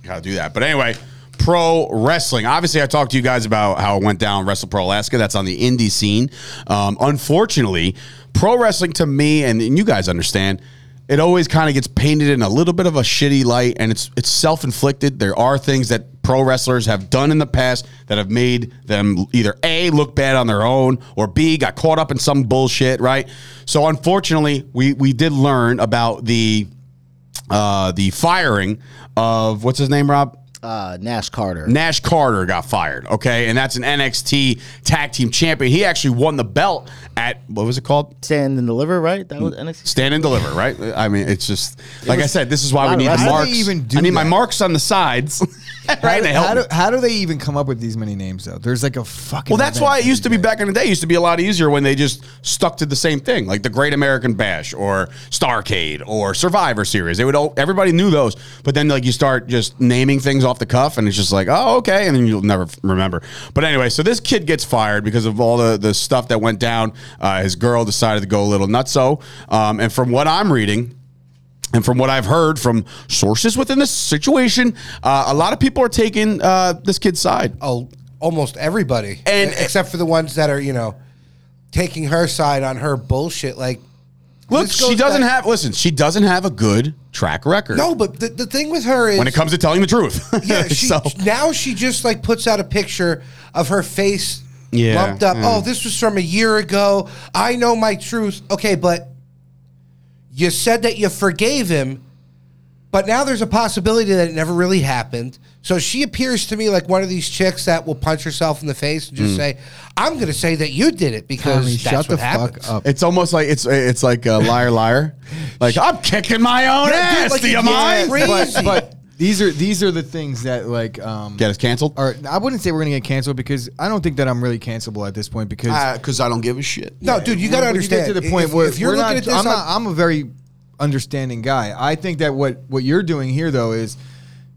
[SPEAKER 2] Gotta do that. But anyway, pro wrestling. Obviously, I talked to you guys about how it went down Wrestle Pro Alaska. That's on the indie scene. Um, unfortunately, pro wrestling to me, and, and you guys understand, it always kind of gets painted in a little bit of a shitty light, and it's it's self inflicted. There are things that pro wrestlers have done in the past that have made them either a look bad on their own or b got caught up in some bullshit, right? So unfortunately, we we did learn about the uh, the firing of what's his name, Rob?
[SPEAKER 4] Uh, Nash Carter.
[SPEAKER 2] Nash Carter got fired. Okay, and that's an NXT tag team champion. He actually won the belt at what was it called?
[SPEAKER 4] Stand and deliver, right? That was NXT.
[SPEAKER 2] Stand and deliver, right? I mean, it's just like I said. This is why
[SPEAKER 4] Wow,
[SPEAKER 2] we need
[SPEAKER 4] that's-
[SPEAKER 2] the
[SPEAKER 4] how do
[SPEAKER 2] marks.
[SPEAKER 1] they even do
[SPEAKER 2] I need my
[SPEAKER 1] that?
[SPEAKER 2] marks on the sides, right?
[SPEAKER 1] How, do,
[SPEAKER 2] to help
[SPEAKER 1] how,
[SPEAKER 2] me.
[SPEAKER 1] do, how do they even come up with these many names though? There's like a fucking.
[SPEAKER 2] Well, that's
[SPEAKER 1] event
[SPEAKER 2] why it
[SPEAKER 1] every
[SPEAKER 2] used to be
[SPEAKER 1] day.
[SPEAKER 2] back in the day. It used to be a lot easier when they just stuck to the same thing, like the Great American Bash or Starcade or Survivor Series. They would all, everybody knew those, but then like you start just naming things off off the cuff, and it's just like, oh, okay, and then you'll never f- remember. But anyway, so this kid gets fired because of all the, the stuff that went down. Uh, his girl decided to go a little nutso, um, and from what I'm reading, and from what I've heard from sources within this situation, uh, a lot of people are taking uh, this kid's side.
[SPEAKER 3] Oh, almost everybody, E-,
[SPEAKER 2] And-
[SPEAKER 3] except for the ones that are you know taking her side on her bullshit. Like,
[SPEAKER 2] Look,
[SPEAKER 3] this goes
[SPEAKER 2] she doesn't
[SPEAKER 3] back-
[SPEAKER 2] have. Listen, she doesn't have a good track record.
[SPEAKER 3] No, but the, the thing with her is
[SPEAKER 2] when it comes to telling the truth.
[SPEAKER 3] Yeah, she,
[SPEAKER 2] So-
[SPEAKER 3] now she just like puts out a picture of her face
[SPEAKER 2] Yeah,
[SPEAKER 3] lumped up.
[SPEAKER 2] yeah.
[SPEAKER 3] Oh, this was from a year ago. I know my truth. Okay, but you said that you forgave him, but now there's a possibility that it never really happened. So she appears to me like one of these chicks that will punch herself in the face and just say, "I'm going to say that you did it because
[SPEAKER 1] Mm. Tommy,
[SPEAKER 3] that's
[SPEAKER 1] shut
[SPEAKER 3] what
[SPEAKER 1] the
[SPEAKER 3] happens."
[SPEAKER 1] fuck up.
[SPEAKER 2] It's almost like it's it's like a liar liar. Like I'm kicking my own
[SPEAKER 3] Yeah, dude,
[SPEAKER 2] ass.
[SPEAKER 3] like,
[SPEAKER 2] do you
[SPEAKER 3] yeah,
[SPEAKER 2] mind?
[SPEAKER 3] right.
[SPEAKER 1] But,
[SPEAKER 3] Crazy.
[SPEAKER 1] but these are these are the things that like um,
[SPEAKER 2] Get us canceled
[SPEAKER 1] Or I wouldn't say we're gonna get canceled because I don't think that I'm really cancelable at this point because
[SPEAKER 2] because I don't give a shit.
[SPEAKER 3] No, dude, you got to
[SPEAKER 1] when
[SPEAKER 3] understand.
[SPEAKER 1] You get to the point
[SPEAKER 3] if,
[SPEAKER 1] where
[SPEAKER 3] if you're
[SPEAKER 1] we're
[SPEAKER 3] looking
[SPEAKER 1] not,
[SPEAKER 3] at this,
[SPEAKER 1] I'm,
[SPEAKER 3] on-
[SPEAKER 1] not, I'm a very understanding guy. I think that what what you're doing here though is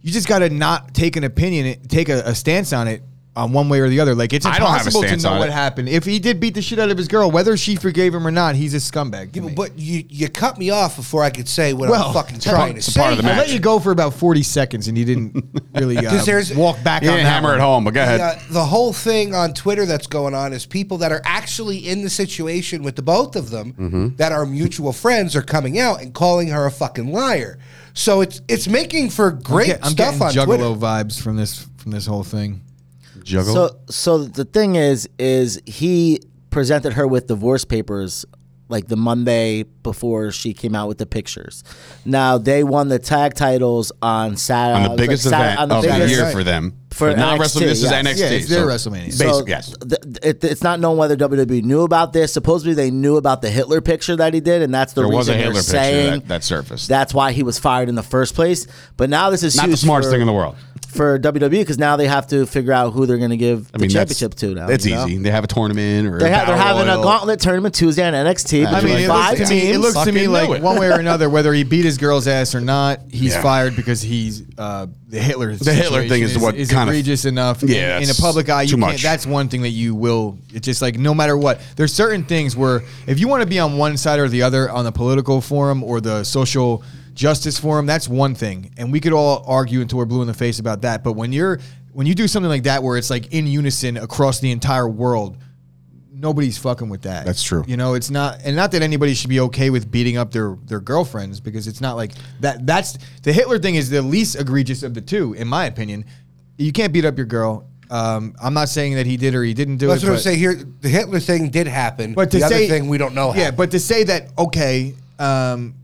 [SPEAKER 1] you just got to not take an opinion, take a, a stance on it. On one way or the other, like it's
[SPEAKER 2] I don't have a
[SPEAKER 1] impossible to
[SPEAKER 2] stance
[SPEAKER 1] know
[SPEAKER 2] on
[SPEAKER 1] what
[SPEAKER 2] it.
[SPEAKER 1] happened. If he did beat the shit out of his girl, whether she forgave him or not, he's a scumbag. to
[SPEAKER 3] Yeah,
[SPEAKER 1] me.
[SPEAKER 3] but you you cut me off before I could say what
[SPEAKER 1] Well,
[SPEAKER 3] I'm fucking
[SPEAKER 1] a
[SPEAKER 3] trying
[SPEAKER 2] part-
[SPEAKER 3] to
[SPEAKER 2] it's a
[SPEAKER 3] say.
[SPEAKER 2] part of the
[SPEAKER 1] I
[SPEAKER 2] match.
[SPEAKER 1] let you go for about forty seconds, and you didn't really uh,
[SPEAKER 3] 'Cause there's-
[SPEAKER 1] walk back
[SPEAKER 2] You
[SPEAKER 1] on
[SPEAKER 2] didn't
[SPEAKER 1] that
[SPEAKER 2] hammer
[SPEAKER 1] one.
[SPEAKER 2] it home, but go ahead.
[SPEAKER 3] Yeah, the whole thing on Twitter that's going on is people that are actually in the situation with the both of them
[SPEAKER 1] Mm-hmm.
[SPEAKER 3] that are mutual friends are coming out and calling her a fucking liar. So it's it's making for great
[SPEAKER 1] Get- I'm
[SPEAKER 3] stuff
[SPEAKER 1] getting Juggalo
[SPEAKER 3] on Twitter.
[SPEAKER 1] vibes from this from this whole thing.
[SPEAKER 2] Juggle.
[SPEAKER 4] So, so the thing is, is he presented her with divorce papers like the Monday before she came out with the pictures. Now they won the tag titles on Saturday.
[SPEAKER 2] on the biggest event of the
[SPEAKER 3] biggest-
[SPEAKER 2] year
[SPEAKER 3] Right.
[SPEAKER 2] for them.
[SPEAKER 4] For
[SPEAKER 2] But not
[SPEAKER 4] NXT,
[SPEAKER 2] wrestling. This is
[SPEAKER 4] yes.
[SPEAKER 2] NXT.
[SPEAKER 1] Yeah, it's their
[SPEAKER 2] so
[SPEAKER 1] WrestleMania.
[SPEAKER 2] basi-
[SPEAKER 4] So
[SPEAKER 2] yes.
[SPEAKER 4] th- th- it, it's not known whether WWE knew about this. Supposedly they knew about the Hitler picture that he did, and that's the
[SPEAKER 2] There
[SPEAKER 4] reason
[SPEAKER 2] was a
[SPEAKER 4] they're
[SPEAKER 2] Hitler picture
[SPEAKER 4] saying
[SPEAKER 2] that, that surfaced.
[SPEAKER 4] that's why he was fired in the first place. But now this is
[SPEAKER 2] not the
[SPEAKER 4] huge
[SPEAKER 2] smartest
[SPEAKER 4] for-
[SPEAKER 2] thing in the world.
[SPEAKER 4] for WWE because now they have to figure out who they're going to
[SPEAKER 2] I
[SPEAKER 4] give
[SPEAKER 2] mean,
[SPEAKER 4] the
[SPEAKER 2] that's-
[SPEAKER 4] championship to now.
[SPEAKER 2] It's
[SPEAKER 4] you know?
[SPEAKER 2] easy. They have a tournament or
[SPEAKER 4] They
[SPEAKER 2] a
[SPEAKER 4] ha- they're
[SPEAKER 2] battle
[SPEAKER 4] having a
[SPEAKER 2] royal.
[SPEAKER 4] gauntlet tournament Tuesday on NXT.
[SPEAKER 1] I
[SPEAKER 4] between
[SPEAKER 1] mean, it
[SPEAKER 4] five
[SPEAKER 1] looks, to me, it
[SPEAKER 4] teams.
[SPEAKER 1] looks to me
[SPEAKER 2] Fucking
[SPEAKER 1] like
[SPEAKER 2] knew it.
[SPEAKER 1] one way or another, whether he beat his girl's ass or not, he's
[SPEAKER 2] Yeah.
[SPEAKER 1] fired because he's uh, the Hitler.
[SPEAKER 2] The Hitler thing is what
[SPEAKER 1] is
[SPEAKER 2] kind of-
[SPEAKER 1] egregious enough. in-
[SPEAKER 2] Yeah,
[SPEAKER 1] in, a
[SPEAKER 2] it's
[SPEAKER 1] public eye, you
[SPEAKER 2] too
[SPEAKER 1] can't.
[SPEAKER 2] much.
[SPEAKER 1] That's one thing that you will. It's just like no matter what, there's certain things where if you want to be on one side or the other on the political forum or the social justice forum, that's one thing, and we could all argue until we're blue in the face about that. But when you're when you do something like that, where it's like in unison across the entire world, nobody's fucking with that.
[SPEAKER 2] That's true.
[SPEAKER 1] You know, it's not, and not that anybody should be okay with beating up their their girlfriends because it's not like that. That's the Hitler thing is the least egregious of the two, in my opinion. You can't beat up your girl. Um, I'm not saying that he did or he didn't do
[SPEAKER 3] That's
[SPEAKER 1] it.
[SPEAKER 3] what I'm
[SPEAKER 1] but-
[SPEAKER 3] saying here. The Hitler thing did happen,
[SPEAKER 1] but to
[SPEAKER 3] the
[SPEAKER 1] say
[SPEAKER 3] other thing we don't know.
[SPEAKER 1] Yeah,
[SPEAKER 3] happened.
[SPEAKER 1] but to say that okay, um,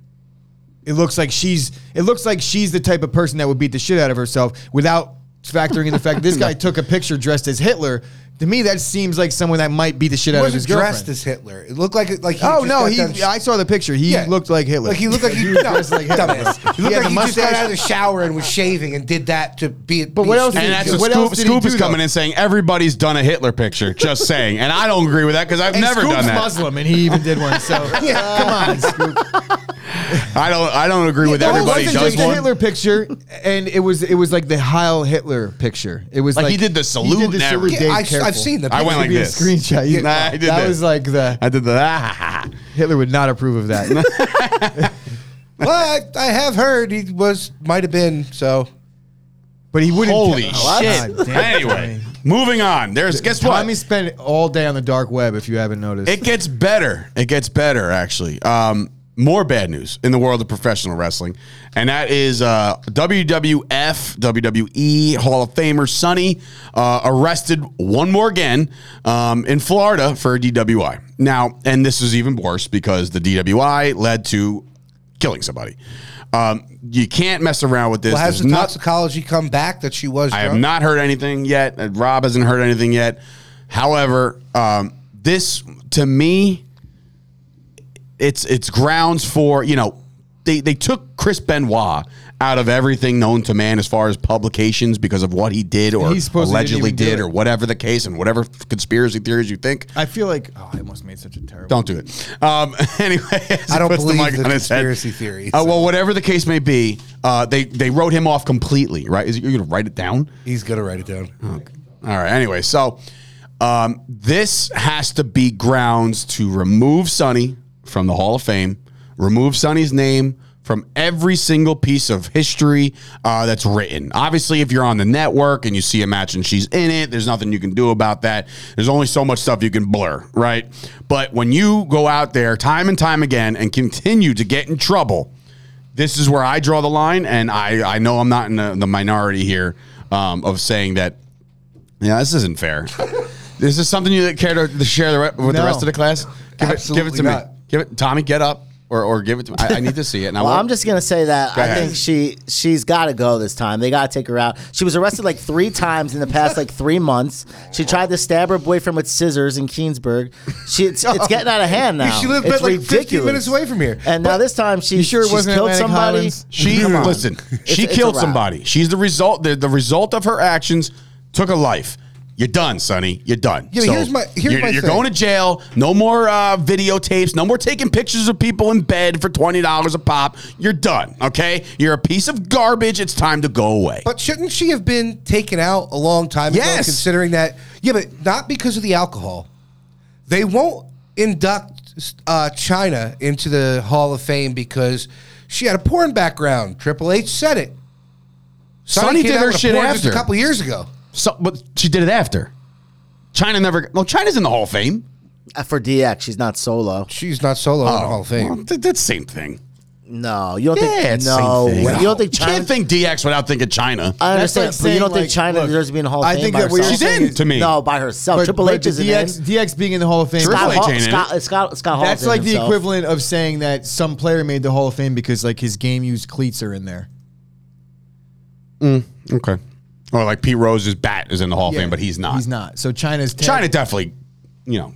[SPEAKER 1] it looks like she's it looks like she's the type of person that would beat the shit out of herself without factoring in the fact this guy took a picture dressed as Hitler. To me, that seems like someone that might beat the shit
[SPEAKER 3] he
[SPEAKER 1] out of his
[SPEAKER 3] wasn't dressed
[SPEAKER 1] girlfriend.
[SPEAKER 3] as Hitler. It looked like it- like he
[SPEAKER 1] Oh
[SPEAKER 3] just
[SPEAKER 1] no,
[SPEAKER 3] got
[SPEAKER 1] he.
[SPEAKER 3] done-
[SPEAKER 1] I saw the picture. He
[SPEAKER 3] Yeah.
[SPEAKER 1] looked like Hitler.
[SPEAKER 3] Like he looked like he,
[SPEAKER 1] was
[SPEAKER 3] no,
[SPEAKER 1] dressed like Hitler.
[SPEAKER 3] dumbass.
[SPEAKER 1] He
[SPEAKER 3] He looked
[SPEAKER 1] had
[SPEAKER 3] like
[SPEAKER 1] the
[SPEAKER 3] he just got
[SPEAKER 1] mustache.
[SPEAKER 3] out of the shower and was shaving and did that to be.
[SPEAKER 1] But what else did
[SPEAKER 2] And
[SPEAKER 1] he
[SPEAKER 2] that's
[SPEAKER 1] do?
[SPEAKER 2] what,
[SPEAKER 1] What
[SPEAKER 2] Scoop,
[SPEAKER 1] else did he
[SPEAKER 2] Scoop
[SPEAKER 1] do,
[SPEAKER 2] is
[SPEAKER 1] though?
[SPEAKER 2] coming in saying everybody's done a Hitler picture. Just saying, and I don't agree with that because I've
[SPEAKER 1] And
[SPEAKER 2] never
[SPEAKER 1] Scoop's
[SPEAKER 2] done that.
[SPEAKER 1] Muslim, and he even did one. So come on, Scoop.
[SPEAKER 2] I don't. I don't agree with
[SPEAKER 1] Well,
[SPEAKER 2] everybody
[SPEAKER 1] it oh, wasn't
[SPEAKER 2] does
[SPEAKER 1] just the
[SPEAKER 2] one.
[SPEAKER 1] Hitler picture, and it was it was like the Heil Hitler picture. It was
[SPEAKER 2] Like,
[SPEAKER 1] like,
[SPEAKER 2] he did the salute and everything.
[SPEAKER 1] Dave,
[SPEAKER 3] I,
[SPEAKER 1] careful.
[SPEAKER 3] have seen the.
[SPEAKER 2] I went
[SPEAKER 3] picture.
[SPEAKER 2] like
[SPEAKER 1] Be a
[SPEAKER 2] this.
[SPEAKER 1] screenshot. You-
[SPEAKER 2] Nah, I did
[SPEAKER 1] that
[SPEAKER 2] this.
[SPEAKER 1] was like the
[SPEAKER 2] I did the. Ah,
[SPEAKER 1] Hitler would not approve of that.
[SPEAKER 3] Well, I, I have heard he was might have been so.
[SPEAKER 1] But he wouldn't.
[SPEAKER 2] holy
[SPEAKER 1] Oh,
[SPEAKER 2] shit!
[SPEAKER 1] God damn it,
[SPEAKER 2] anyway,
[SPEAKER 1] Tommy.
[SPEAKER 2] moving on. There's guess what?
[SPEAKER 1] Tommy spent all day on the dark web. If you haven't noticed,
[SPEAKER 2] It gets better. It gets better, actually. Um, more bad news in the world of professional wrestling, and that is uh, WWF, WWE E Hall of Famer Sonny uh, arrested one more again um, in Florida for a DWI. Now, and this is even worse because the DWI led to killing somebody. Um, you can't mess around with this.
[SPEAKER 3] Well, has
[SPEAKER 2] There's
[SPEAKER 3] the
[SPEAKER 2] not-
[SPEAKER 3] toxicology come back that she was?
[SPEAKER 2] I have
[SPEAKER 3] drunk?
[SPEAKER 2] not heard anything yet. Uh, Rob hasn't heard anything yet. However, um, this to me, it's it's grounds for you know they they took Chris Benoit out of everything known to man as far as publications because of what he did or
[SPEAKER 1] He supposedly didn't
[SPEAKER 2] allegedly
[SPEAKER 1] even do
[SPEAKER 2] did
[SPEAKER 1] it.
[SPEAKER 2] or whatever the case and whatever conspiracy theories you think.
[SPEAKER 1] I feel like oh, I almost made such a terrible.
[SPEAKER 2] Don't do it. Um, anyway, as
[SPEAKER 3] I
[SPEAKER 2] he
[SPEAKER 3] don't
[SPEAKER 2] puts
[SPEAKER 3] believe the
[SPEAKER 2] his head.
[SPEAKER 3] conspiracy theories.
[SPEAKER 2] Uh, well, whatever the case may be, Uh, they they wrote him off completely. Right? Is you gonna write it down?
[SPEAKER 3] He's gonna write it down.
[SPEAKER 2] Oh, All right. Anyway, so um, this has to be grounds to remove Sonny from the Hall of Fame, remove Sonny's name from every single piece of history uh, that's written. Obviously, if you're on the network and you see a match and she's in it, there's nothing you can do about that. There's only so much stuff you can blur, right? But when you go out there time and time again and continue to get in trouble, this is where I draw the line, and I, I know I'm not in the, the minority here um, of saying that yeah, this isn't fair. is this something you care to, to share the re- with the
[SPEAKER 1] No.
[SPEAKER 2] rest of the class? Give it, give it
[SPEAKER 3] Absolutely
[SPEAKER 2] to
[SPEAKER 3] not.
[SPEAKER 2] me. Give it, Tommy. Get up, or, or give it to me. I, I need to see it. And I
[SPEAKER 4] Well,
[SPEAKER 2] won't-
[SPEAKER 4] I'm just gonna say that I
[SPEAKER 2] ahead.
[SPEAKER 4] think she she's got to go this time. They got to take her out. She was arrested like three times in the past like three months. She tried to stab her boyfriend with scissors in Keensburg. She it's, it's getting out of hand now.
[SPEAKER 3] She lived
[SPEAKER 4] It's
[SPEAKER 3] like 15
[SPEAKER 4] ridiculous.
[SPEAKER 3] minutes away from here.
[SPEAKER 4] And now this time she
[SPEAKER 1] You sure it
[SPEAKER 4] she's
[SPEAKER 1] wasn't
[SPEAKER 4] killed
[SPEAKER 1] Atlantic
[SPEAKER 4] somebody.
[SPEAKER 1] Highlands?
[SPEAKER 2] She
[SPEAKER 4] Come on.
[SPEAKER 2] listen. She
[SPEAKER 4] it's a
[SPEAKER 2] killed
[SPEAKER 4] wrap.
[SPEAKER 2] somebody. She's the result. The, the result of her actions took a life. You're done, Sonny. You're done.
[SPEAKER 3] Yeah, but here's my- here's
[SPEAKER 2] you're,
[SPEAKER 3] my
[SPEAKER 2] you're
[SPEAKER 3] thing.
[SPEAKER 2] going to jail. No more uh, videotapes. No more taking pictures of people in bed for twenty dollars a pop. You're done. Okay. You're a piece of garbage. It's time to go away.
[SPEAKER 3] But shouldn't she have been taken out a long time ago,
[SPEAKER 2] Yes.
[SPEAKER 3] considering that? Yeah, but not because of the alcohol. They won't induct uh, China into the Hall of Fame because she had a porn background. Triple H said it.
[SPEAKER 2] Sonny
[SPEAKER 3] came
[SPEAKER 2] did
[SPEAKER 3] out
[SPEAKER 2] her
[SPEAKER 3] with a
[SPEAKER 2] shit
[SPEAKER 3] porn just
[SPEAKER 2] after.
[SPEAKER 3] a couple years ago.
[SPEAKER 2] So, but she did it after. China never. No, China's in the Hall of Fame.
[SPEAKER 4] Uh, For DX, she's not solo.
[SPEAKER 3] She's not solo
[SPEAKER 2] Oh,
[SPEAKER 3] in the Hall of Fame.
[SPEAKER 2] Well, th- that's the same thing.
[SPEAKER 4] No, you don't
[SPEAKER 2] Yeah,
[SPEAKER 4] think
[SPEAKER 2] it's
[SPEAKER 4] no.
[SPEAKER 2] same thing.
[SPEAKER 4] way. You don't think China?
[SPEAKER 2] can't think DX without thinking China.
[SPEAKER 4] I
[SPEAKER 1] That's
[SPEAKER 4] understand,
[SPEAKER 1] like
[SPEAKER 4] but you don't
[SPEAKER 1] saying,
[SPEAKER 4] think
[SPEAKER 1] like,
[SPEAKER 4] China
[SPEAKER 1] look,
[SPEAKER 4] deserves to be in the Hall of
[SPEAKER 1] I
[SPEAKER 4] Fame
[SPEAKER 1] think
[SPEAKER 4] by
[SPEAKER 1] that we-
[SPEAKER 4] herself?
[SPEAKER 2] She's in to me.
[SPEAKER 4] No, by herself. Triple H
[SPEAKER 1] the
[SPEAKER 4] isn't
[SPEAKER 1] DX,
[SPEAKER 4] in.
[SPEAKER 1] DX being in the Hall of Fame.
[SPEAKER 2] Triple
[SPEAKER 4] Scott,
[SPEAKER 2] H
[SPEAKER 4] Hall,
[SPEAKER 2] ain't in
[SPEAKER 4] Scott, Scott, Scott Hall's
[SPEAKER 1] That's
[SPEAKER 4] in
[SPEAKER 1] like the
[SPEAKER 4] himself.
[SPEAKER 1] equivalent of saying that some player made the Hall of Fame because like his game used cleats are in there.
[SPEAKER 2] Okay. Or like Pete Rose's bat is in the Hall of
[SPEAKER 1] Yeah,
[SPEAKER 2] Fame, but he's not.
[SPEAKER 1] He's not. So China's ten.
[SPEAKER 2] Uh, China definitely, you know.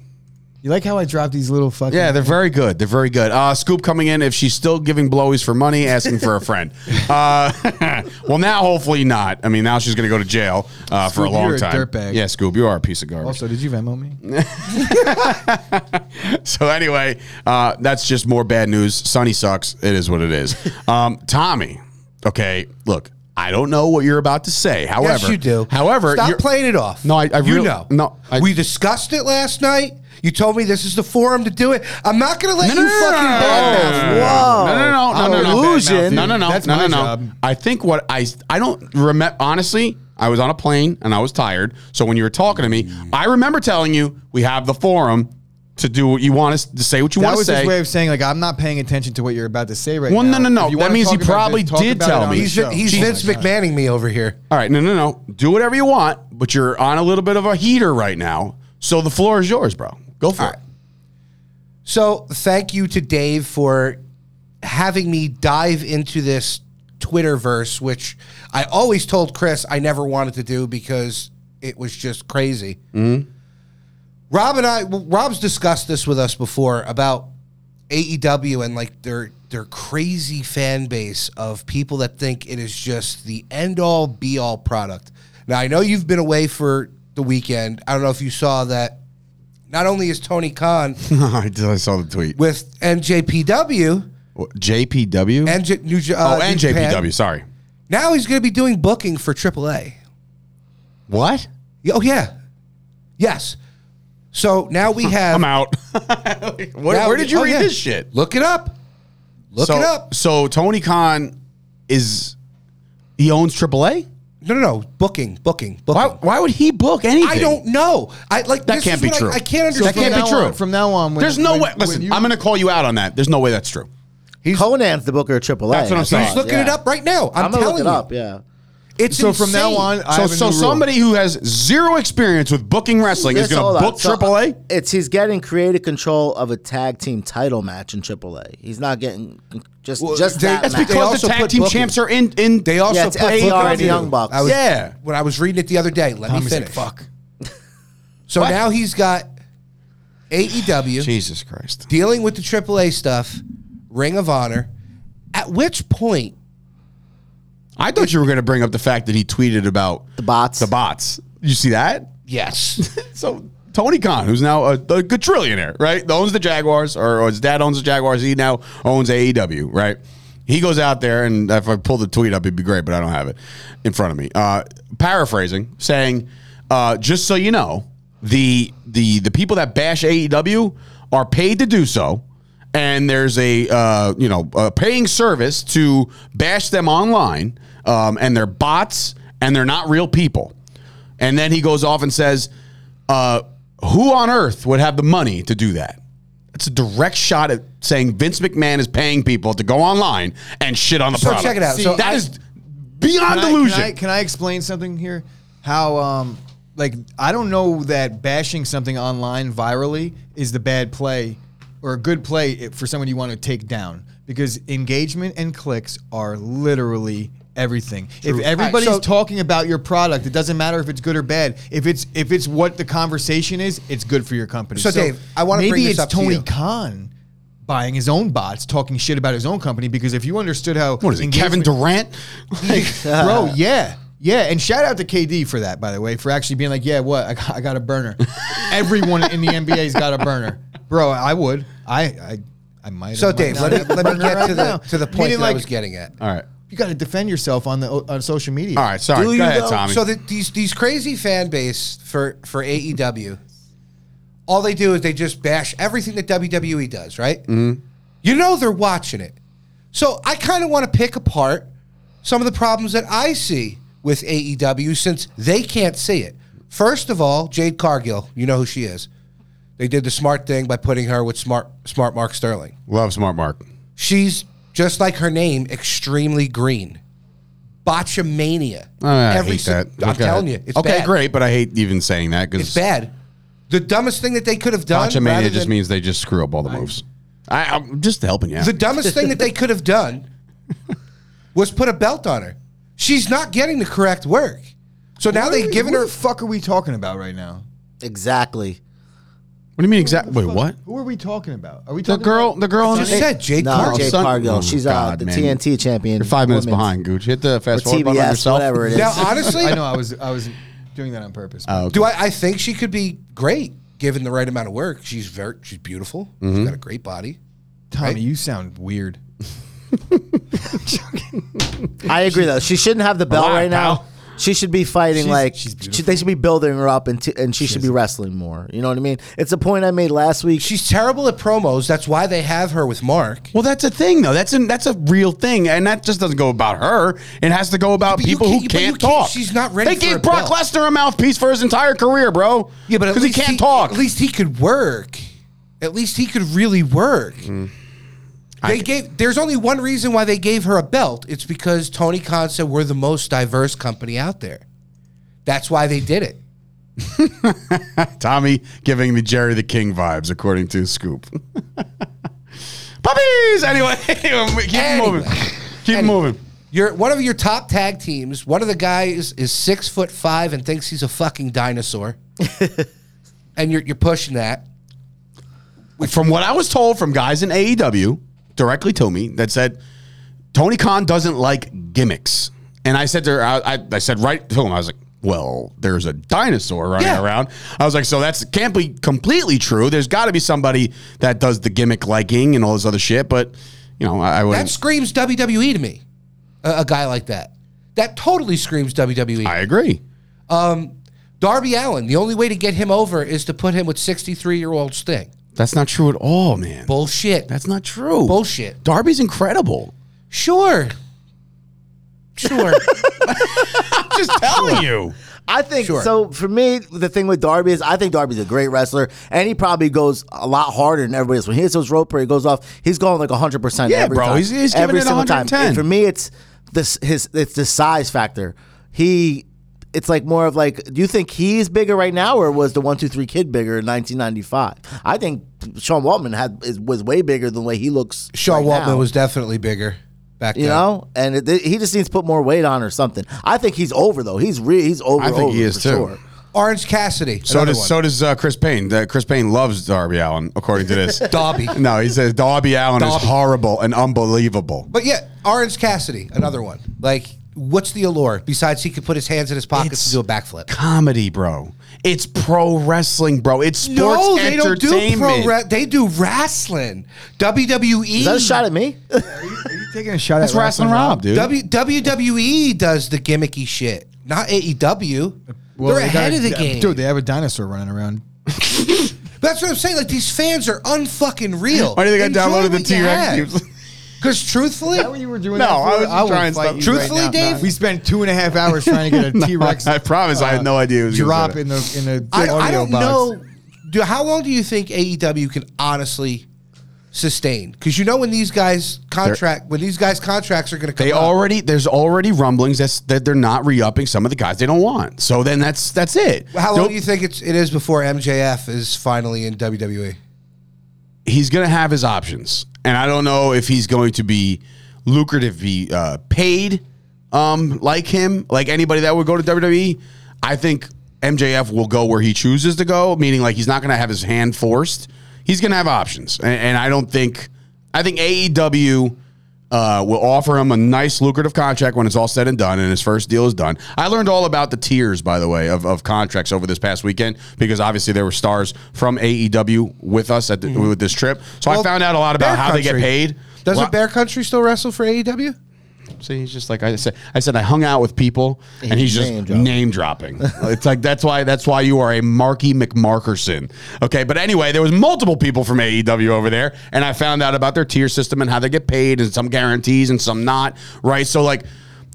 [SPEAKER 1] You like how I dropped these little fucking.
[SPEAKER 2] Yeah, they're very good. They're very good. Uh, Scoop coming in if she's still giving blowies for money, asking for a friend. Uh, well, now hopefully not. I mean, now she's going to go to jail uh, for a
[SPEAKER 1] Scoop,
[SPEAKER 2] long
[SPEAKER 1] you're a
[SPEAKER 2] time.
[SPEAKER 1] dirtbag.
[SPEAKER 2] Yeah, Scoop, you are a piece of garbage.
[SPEAKER 1] Also, did you Venmo me?
[SPEAKER 2] So anyway, uh, that's just more bad news. Sonny sucks. It is what it is. Um, Tommy, okay, look, I don't know what you're about to say. However,
[SPEAKER 3] yes, you do.
[SPEAKER 2] However,
[SPEAKER 3] stop
[SPEAKER 2] you're-
[SPEAKER 3] playing it off.
[SPEAKER 2] No, I- I
[SPEAKER 3] you
[SPEAKER 2] real-
[SPEAKER 3] know.
[SPEAKER 2] no, I-
[SPEAKER 3] we discussed it last night. You told me this is the forum to do it. I'm not going to let
[SPEAKER 2] No, no,
[SPEAKER 3] you
[SPEAKER 2] no, no,
[SPEAKER 3] fucking
[SPEAKER 2] no,
[SPEAKER 3] badmouth
[SPEAKER 2] no, no,
[SPEAKER 3] me.
[SPEAKER 2] no, no, no,
[SPEAKER 4] Whoa.
[SPEAKER 2] no, no, no,
[SPEAKER 4] Illusion.
[SPEAKER 2] No, no, no,
[SPEAKER 1] That's
[SPEAKER 2] no, no,
[SPEAKER 1] my
[SPEAKER 2] no.
[SPEAKER 1] job.
[SPEAKER 2] I think what I I don't remember honestly. I was on a plane and I was tired. So when you were talking to me, I remember telling you we have the forum to do what you want us to say, what you
[SPEAKER 1] That
[SPEAKER 2] want to
[SPEAKER 1] was
[SPEAKER 2] say.
[SPEAKER 1] his way of saying like I'm not paying attention to what you're about to say right
[SPEAKER 2] Well, no,
[SPEAKER 1] now.
[SPEAKER 2] no, no.
[SPEAKER 1] If you
[SPEAKER 2] That
[SPEAKER 1] wanna
[SPEAKER 2] means
[SPEAKER 1] talk
[SPEAKER 2] he
[SPEAKER 1] about
[SPEAKER 2] probably
[SPEAKER 1] this, talk
[SPEAKER 2] did
[SPEAKER 1] about it
[SPEAKER 2] tell
[SPEAKER 1] on
[SPEAKER 2] me.
[SPEAKER 1] the
[SPEAKER 3] He's,
[SPEAKER 1] show.
[SPEAKER 3] he's Vince McMahoning me over here.
[SPEAKER 2] All right, no, no, no. Do whatever you want, but you're on a little bit of a heater right now. So the floor is yours, bro. Go for it.
[SPEAKER 3] So thank you to Dave for having me dive into this Twitterverse, which I always told Chris I never wanted to do because it was just crazy. Rob and I, well, Rob's discussed this with us before about AEW and like their their crazy fan base of people that think it is just the end all be all product. Now I know you've been away for the weekend. I don't know if you saw that. Not only is Tony Khan
[SPEAKER 2] I did- I saw the tweet.
[SPEAKER 3] with NJPW
[SPEAKER 2] What, JPW?
[SPEAKER 3] and J- New J- uh,
[SPEAKER 2] oh, and
[SPEAKER 3] New Japan.
[SPEAKER 2] JPW. Sorry.
[SPEAKER 3] Now he's going to be doing booking for AAA.
[SPEAKER 2] What?
[SPEAKER 3] Oh yeah, yes. So now we have.
[SPEAKER 2] I'm out. where,
[SPEAKER 3] now
[SPEAKER 2] where
[SPEAKER 3] we-
[SPEAKER 2] did you
[SPEAKER 3] oh,
[SPEAKER 2] read
[SPEAKER 3] yeah.
[SPEAKER 2] this shit?
[SPEAKER 3] Look it up. Look
[SPEAKER 2] so,
[SPEAKER 3] it up.
[SPEAKER 2] So Tony Khan is he owns AAA?
[SPEAKER 3] No, no, no. Booking, booking, booking.
[SPEAKER 2] Why, why would he book anything?
[SPEAKER 3] I don't know. I like
[SPEAKER 2] That
[SPEAKER 3] this
[SPEAKER 2] can't
[SPEAKER 3] is
[SPEAKER 2] be
[SPEAKER 3] what I-
[SPEAKER 2] true.
[SPEAKER 3] I, can't
[SPEAKER 2] So
[SPEAKER 3] understand.
[SPEAKER 2] That can't
[SPEAKER 1] From
[SPEAKER 2] be
[SPEAKER 1] now
[SPEAKER 2] true.
[SPEAKER 1] on- from now on, when,
[SPEAKER 2] There's no
[SPEAKER 1] when-
[SPEAKER 2] way. Listen,
[SPEAKER 1] when you-
[SPEAKER 2] I'm going to call you out on that. There's no way that's true.
[SPEAKER 4] Conan's the booker of AAA.
[SPEAKER 2] That's what I'm
[SPEAKER 4] I
[SPEAKER 2] saying.
[SPEAKER 4] thought,
[SPEAKER 2] He's
[SPEAKER 3] looking
[SPEAKER 4] yeah.
[SPEAKER 3] it up right now. I'm,
[SPEAKER 4] I'm gonna
[SPEAKER 3] telling
[SPEAKER 4] look it
[SPEAKER 3] you.
[SPEAKER 4] up. Yeah.
[SPEAKER 3] It's
[SPEAKER 1] So from now
[SPEAKER 3] insane.
[SPEAKER 1] on, I
[SPEAKER 2] So,
[SPEAKER 1] have a
[SPEAKER 2] so
[SPEAKER 1] new rule.
[SPEAKER 2] somebody who has zero experience with booking wrestling is
[SPEAKER 4] Just
[SPEAKER 2] going
[SPEAKER 4] hold
[SPEAKER 2] to
[SPEAKER 4] on.
[SPEAKER 2] book
[SPEAKER 4] So, uh,
[SPEAKER 2] AAA.
[SPEAKER 4] It's he's getting creative control of a tag team title match in AAA. He's not getting just just
[SPEAKER 3] they-
[SPEAKER 4] that
[SPEAKER 3] that's
[SPEAKER 4] match.
[SPEAKER 3] They
[SPEAKER 2] Because
[SPEAKER 3] also
[SPEAKER 2] the tag
[SPEAKER 3] put
[SPEAKER 2] team
[SPEAKER 3] booking.
[SPEAKER 2] champs are in. in
[SPEAKER 3] They also
[SPEAKER 4] Yeah, it's
[SPEAKER 3] put
[SPEAKER 4] FAR
[SPEAKER 3] Booker
[SPEAKER 4] and
[SPEAKER 3] in it.
[SPEAKER 4] Young Bucks.
[SPEAKER 3] I was-
[SPEAKER 2] Yeah.
[SPEAKER 3] When I was reading it the other day, let me finish.
[SPEAKER 1] fuck.
[SPEAKER 3] So
[SPEAKER 2] What?
[SPEAKER 3] now he's got E AEW.
[SPEAKER 2] Jesus Christ.
[SPEAKER 3] dealing with the AAA stuff, Ring of Honor. At which point,
[SPEAKER 2] I thought you were going to bring up the fact that he tweeted about
[SPEAKER 4] The bots.
[SPEAKER 2] The bots. You see that?
[SPEAKER 3] yes,
[SPEAKER 2] So Tony Khan, who's now a, a good trillionaire, E right? Owns the Jaguars, or, or his dad owns the Jaguars. He now owns AEW, right? He goes out there, and if I pull the tweet up, it'd be great, but I don't have it in front of me. Uh, paraphrasing, saying, uh, "Just so you know, the the the people that bash AEW are paid to do so, and there's a uh, you know a paying service to bash them online, um, and they're bots, and they're not real people." And then he goes off and says, uh, "Who on earth would have the money to do that?" It's a direct shot at saying Vince McMahon is paying people to go online and shit on the
[SPEAKER 3] So
[SPEAKER 2] product.
[SPEAKER 3] check it out. So
[SPEAKER 2] that
[SPEAKER 3] I-
[SPEAKER 2] is beyond
[SPEAKER 1] Can I-
[SPEAKER 2] delusion.
[SPEAKER 1] Can I, can I explain something here? How um like I don't know that bashing something online virally is the bad play or a good play i- for someone you want to take down because engagement and clicks are literally everything. If everybody's
[SPEAKER 3] so-
[SPEAKER 1] talking about your product, it doesn't matter if it's good or bad. If it's if it's what the conversation is, it's good for your company.
[SPEAKER 3] So, Dave, I wanna
[SPEAKER 1] maybe
[SPEAKER 3] bring this
[SPEAKER 1] it's
[SPEAKER 3] up to
[SPEAKER 1] Tony
[SPEAKER 3] you.
[SPEAKER 1] Khan buying his own bots, talking shit about his own company because if you understood how
[SPEAKER 2] what is it, Kevin
[SPEAKER 1] engagement-
[SPEAKER 2] Durant? Like,
[SPEAKER 1] bro. Yeah, yeah. And shout out to KD for that, by the way, for actually being like, yeah, what? I got, I got a burner. Everyone in the NBA's got a burner, bro. I would. I I, I might.
[SPEAKER 3] So
[SPEAKER 1] I might
[SPEAKER 3] Dave,
[SPEAKER 1] not
[SPEAKER 3] let me,
[SPEAKER 1] have a
[SPEAKER 3] let me
[SPEAKER 1] burner
[SPEAKER 3] get
[SPEAKER 1] right
[SPEAKER 3] to the
[SPEAKER 1] now.
[SPEAKER 3] to the point
[SPEAKER 1] Meaning,
[SPEAKER 3] that I
[SPEAKER 1] like,
[SPEAKER 3] was getting at.
[SPEAKER 2] all right,
[SPEAKER 1] You got to defend yourself on the on social media.
[SPEAKER 2] all right. Sorry,
[SPEAKER 4] Do
[SPEAKER 2] go
[SPEAKER 4] you
[SPEAKER 2] ahead,
[SPEAKER 4] though?
[SPEAKER 2] Tommy.
[SPEAKER 3] So that these these crazy fan base for for AEW, all they do is they just bash everything that WWE does, right? Mm-hmm. You know they're watching it. So I kind of want to pick apart some of the problems that I see with AEW since they can't see it. First of all, Jade Cargill, you know who she is. They did the smart thing by putting her with smart smart Mark Sterling.
[SPEAKER 2] Love Smart Mark.
[SPEAKER 3] She's just like her name, extremely green. Botchamania.
[SPEAKER 2] Oh, I hate
[SPEAKER 3] si-
[SPEAKER 2] that.
[SPEAKER 3] I'm
[SPEAKER 2] Okay.
[SPEAKER 3] telling you, it's
[SPEAKER 2] okay,
[SPEAKER 3] bad.
[SPEAKER 2] great, but I hate even saying that
[SPEAKER 3] It's
[SPEAKER 2] because
[SPEAKER 3] bad. The dumbest thing that they could have done. rather
[SPEAKER 2] botchamania just
[SPEAKER 3] than-
[SPEAKER 2] means they just screw up all the moves. I, I'm just helping you. Out.
[SPEAKER 3] the dumbest thing that they could have done was put a belt on her. She's not getting the correct work. So now they've given
[SPEAKER 1] who
[SPEAKER 3] her.
[SPEAKER 1] The fuck are we talking about right now?
[SPEAKER 4] Exactly.
[SPEAKER 2] what do you mean exactly? Wait, what?
[SPEAKER 1] Who are we talking about? Are we
[SPEAKER 2] The
[SPEAKER 1] talking
[SPEAKER 2] girl,
[SPEAKER 1] About-
[SPEAKER 2] the girl on
[SPEAKER 3] Just
[SPEAKER 2] the
[SPEAKER 3] said Jade
[SPEAKER 4] no,
[SPEAKER 3] Cargill.
[SPEAKER 4] Jade
[SPEAKER 2] Son-
[SPEAKER 4] Cargill.
[SPEAKER 2] Oh,
[SPEAKER 4] She's uh,
[SPEAKER 2] God,
[SPEAKER 4] the
[SPEAKER 2] man.
[SPEAKER 4] TNT champion.
[SPEAKER 2] You're five minutes
[SPEAKER 4] women's.
[SPEAKER 2] behind, Gooch. Hit the
[SPEAKER 4] Or
[SPEAKER 2] fast forward button on
[SPEAKER 4] TBS,
[SPEAKER 2] yourself.
[SPEAKER 4] whatever it is.
[SPEAKER 3] Now, honestly,
[SPEAKER 1] I know. I was I was doing that on purpose. Oh,
[SPEAKER 3] do I, I think she could be great given the right amount of work? She's very, she's beautiful.
[SPEAKER 2] Mm-hmm.
[SPEAKER 3] She's got a great body.
[SPEAKER 1] Tommy, you sound weird.
[SPEAKER 4] I agree though. She shouldn't have the belt
[SPEAKER 2] Alive,
[SPEAKER 4] right now.
[SPEAKER 2] pal.
[SPEAKER 4] She should be fighting
[SPEAKER 1] She's-
[SPEAKER 4] like
[SPEAKER 1] she's
[SPEAKER 4] she, they should be building her up and t- and she, should be wrestling more. You know what I mean? It's a point I made last week.
[SPEAKER 3] She's terrible at promos. That's why they have her with Mark.
[SPEAKER 2] Well, that's a thing, though. That's an, that's a real thing, and that just doesn't go about her. It has to go about
[SPEAKER 3] But you
[SPEAKER 2] people
[SPEAKER 3] can't-
[SPEAKER 2] who
[SPEAKER 3] but you
[SPEAKER 2] can't
[SPEAKER 3] can't-
[SPEAKER 2] talk.
[SPEAKER 3] she's not
[SPEAKER 2] They
[SPEAKER 3] ready for
[SPEAKER 2] gave
[SPEAKER 3] a
[SPEAKER 2] Brock
[SPEAKER 3] belt.
[SPEAKER 2] Lesnar a mouthpiece for his entire career, bro.
[SPEAKER 3] at
[SPEAKER 2] because he
[SPEAKER 3] least
[SPEAKER 2] can't talk.
[SPEAKER 3] At least he could work. At least he could really work.
[SPEAKER 2] Hmm.
[SPEAKER 3] They gave. There's only one reason why they gave her a belt. It's because Tony Khan said we're the most diverse company out there. That's why they did it.
[SPEAKER 2] Tommy giving me Jerry the King vibes, according to Scoop. Puppies. Anyway, keep
[SPEAKER 3] Anyway.
[SPEAKER 2] moving. Keep
[SPEAKER 3] Anyway.
[SPEAKER 2] moving.
[SPEAKER 3] You're one of your top tag teams. One of the guys is six foot five and thinks he's a fucking dinosaur, and you're you're pushing that.
[SPEAKER 2] From what I was told from guys in AEW directly to me that said Tony Khan doesn't like gimmicks, and I said to her, I, I, I said right to him, I was like. Well, there's a dinosaur running
[SPEAKER 3] Yeah.
[SPEAKER 2] around. I was like, so that's can't be completely true. There's got to be somebody that does the gimmick liking and all this other shit. But you know, I, I would.
[SPEAKER 3] That screams WWE to me. A, a guy like that. That totally screams E. WWE.
[SPEAKER 2] I agree.
[SPEAKER 3] Darby Allen, the only way to get him over is to put him with 63 year old Sting.
[SPEAKER 2] That's not true at all, man.
[SPEAKER 3] Bullshit.
[SPEAKER 2] That's not true.
[SPEAKER 3] Bullshit.
[SPEAKER 2] Darby's incredible.
[SPEAKER 3] Sure. Sure.
[SPEAKER 2] Just telling you.
[SPEAKER 4] I think so. For me, the thing with Darby is I think Darby's a great wrestler, and he probably goes a lot harder than everybody else. When he hits those rope, where he goes off, he's going like hundred percent.
[SPEAKER 2] Yeah,
[SPEAKER 4] every
[SPEAKER 2] bro,
[SPEAKER 4] Time,
[SPEAKER 2] he's- he's giving
[SPEAKER 4] every
[SPEAKER 2] it
[SPEAKER 4] single time.
[SPEAKER 2] 110.
[SPEAKER 4] And for me, it's this his it's the size factor. He. It's like more of like, do you think he's bigger right now, or was the one two three kid bigger in 1995? I think Sean Waltman had is, was way bigger than the way he looks.
[SPEAKER 3] Sean
[SPEAKER 4] right
[SPEAKER 3] Waltman
[SPEAKER 4] now.
[SPEAKER 3] was definitely bigger back
[SPEAKER 4] You
[SPEAKER 3] then.
[SPEAKER 4] know, and it, he just needs to put more weight on or something. I think he's over though. He's re- he's over.
[SPEAKER 2] I think he
[SPEAKER 4] over,
[SPEAKER 2] is,
[SPEAKER 4] for
[SPEAKER 2] too.
[SPEAKER 4] Sure.
[SPEAKER 3] Orange Cassidy.
[SPEAKER 2] So
[SPEAKER 3] another
[SPEAKER 2] does
[SPEAKER 3] one.
[SPEAKER 2] so does uh, Chris Payne. Uh, Chris Payne loves Darby Allen, according to this.
[SPEAKER 3] Darby.
[SPEAKER 2] no, he says Darby Allen is horrible and unbelievable.
[SPEAKER 3] But yeah, Orange Cassidy, another one. Like, what's the allure besides he could put his hands in his pockets
[SPEAKER 2] It's-
[SPEAKER 3] and do a backflip?
[SPEAKER 2] Comedy, bro. It's pro wrestling, bro. It's sports
[SPEAKER 3] No, they don't
[SPEAKER 2] entertainment.
[SPEAKER 3] do pro re- They do wrestling. E. WWE.
[SPEAKER 4] Is that a shot at me?
[SPEAKER 1] Are you taking a shot
[SPEAKER 2] That's
[SPEAKER 1] at
[SPEAKER 2] wrestling, Rob, dude.
[SPEAKER 3] W- WWE does the gimmicky shit, not AEW. They're
[SPEAKER 1] they got
[SPEAKER 3] ahead
[SPEAKER 1] a-
[SPEAKER 3] of the
[SPEAKER 1] yeah,
[SPEAKER 3] game.
[SPEAKER 1] dude. They have a dinosaur running around.
[SPEAKER 3] That's what I'm saying. Like these fans are unfucking real.
[SPEAKER 2] Why do you think I downloaded the T Rex?
[SPEAKER 3] Because truthfully,
[SPEAKER 1] were doing?
[SPEAKER 2] No, that for? I was just I will trying fight stuff. you right
[SPEAKER 1] Truthfully,
[SPEAKER 3] now.
[SPEAKER 1] Dave,
[SPEAKER 3] No.
[SPEAKER 1] we spent two and a half hours trying to get a T Rex.
[SPEAKER 2] I promise, I had
[SPEAKER 3] Uh,
[SPEAKER 2] no idea. he was gonna say
[SPEAKER 1] drop
[SPEAKER 2] that.
[SPEAKER 1] in the in the
[SPEAKER 3] I,
[SPEAKER 1] audio
[SPEAKER 3] I don't
[SPEAKER 1] box.
[SPEAKER 3] know. Do, how long do you think AEW can honestly sustain? Because you know when these guys contract, when these guys contracts are going to come.
[SPEAKER 2] They
[SPEAKER 3] up,
[SPEAKER 2] already there's already rumblings that's, that they're not re-upping some of the guys they don't want. So then that's that's it.
[SPEAKER 3] How long
[SPEAKER 2] Don't-
[SPEAKER 3] do you think it's, it is before MJF is finally in E? WWE?
[SPEAKER 2] he's going to have his options, and I don't know if he's going to be lucrative, be uh, paid um, like him, like anybody that would go to WWE. I think MJF will go where he chooses to go, meaning like he's not going to have his hand forced. He's going to have options, and, and I don't think I think E AEW. Uh, will offer him a nice lucrative contract when it's all said and done and his first deal is done. I learned all about the tiers, by the way, of, of contracts over this past weekend because obviously there were stars from AEW with us at the, with this trip. So I
[SPEAKER 3] Mm-hmm. Well,
[SPEAKER 2] found out a lot about
[SPEAKER 3] Bear
[SPEAKER 2] how they get
[SPEAKER 3] Country.
[SPEAKER 2] paid.
[SPEAKER 3] Doesn't
[SPEAKER 2] Well,
[SPEAKER 3] Bear Country still wrestle for E AEW?
[SPEAKER 2] See, he's just like I said. I said I hung out with people, and he's just
[SPEAKER 4] name
[SPEAKER 2] name
[SPEAKER 4] dropping.
[SPEAKER 2] dropping. it's like that's why that's why you are a Marky McMarkerson. Okay, but anyway, there was multiple people from AEW over there, and I found out about their tier system and how they get paid, and some guarantees and some not. Right, so like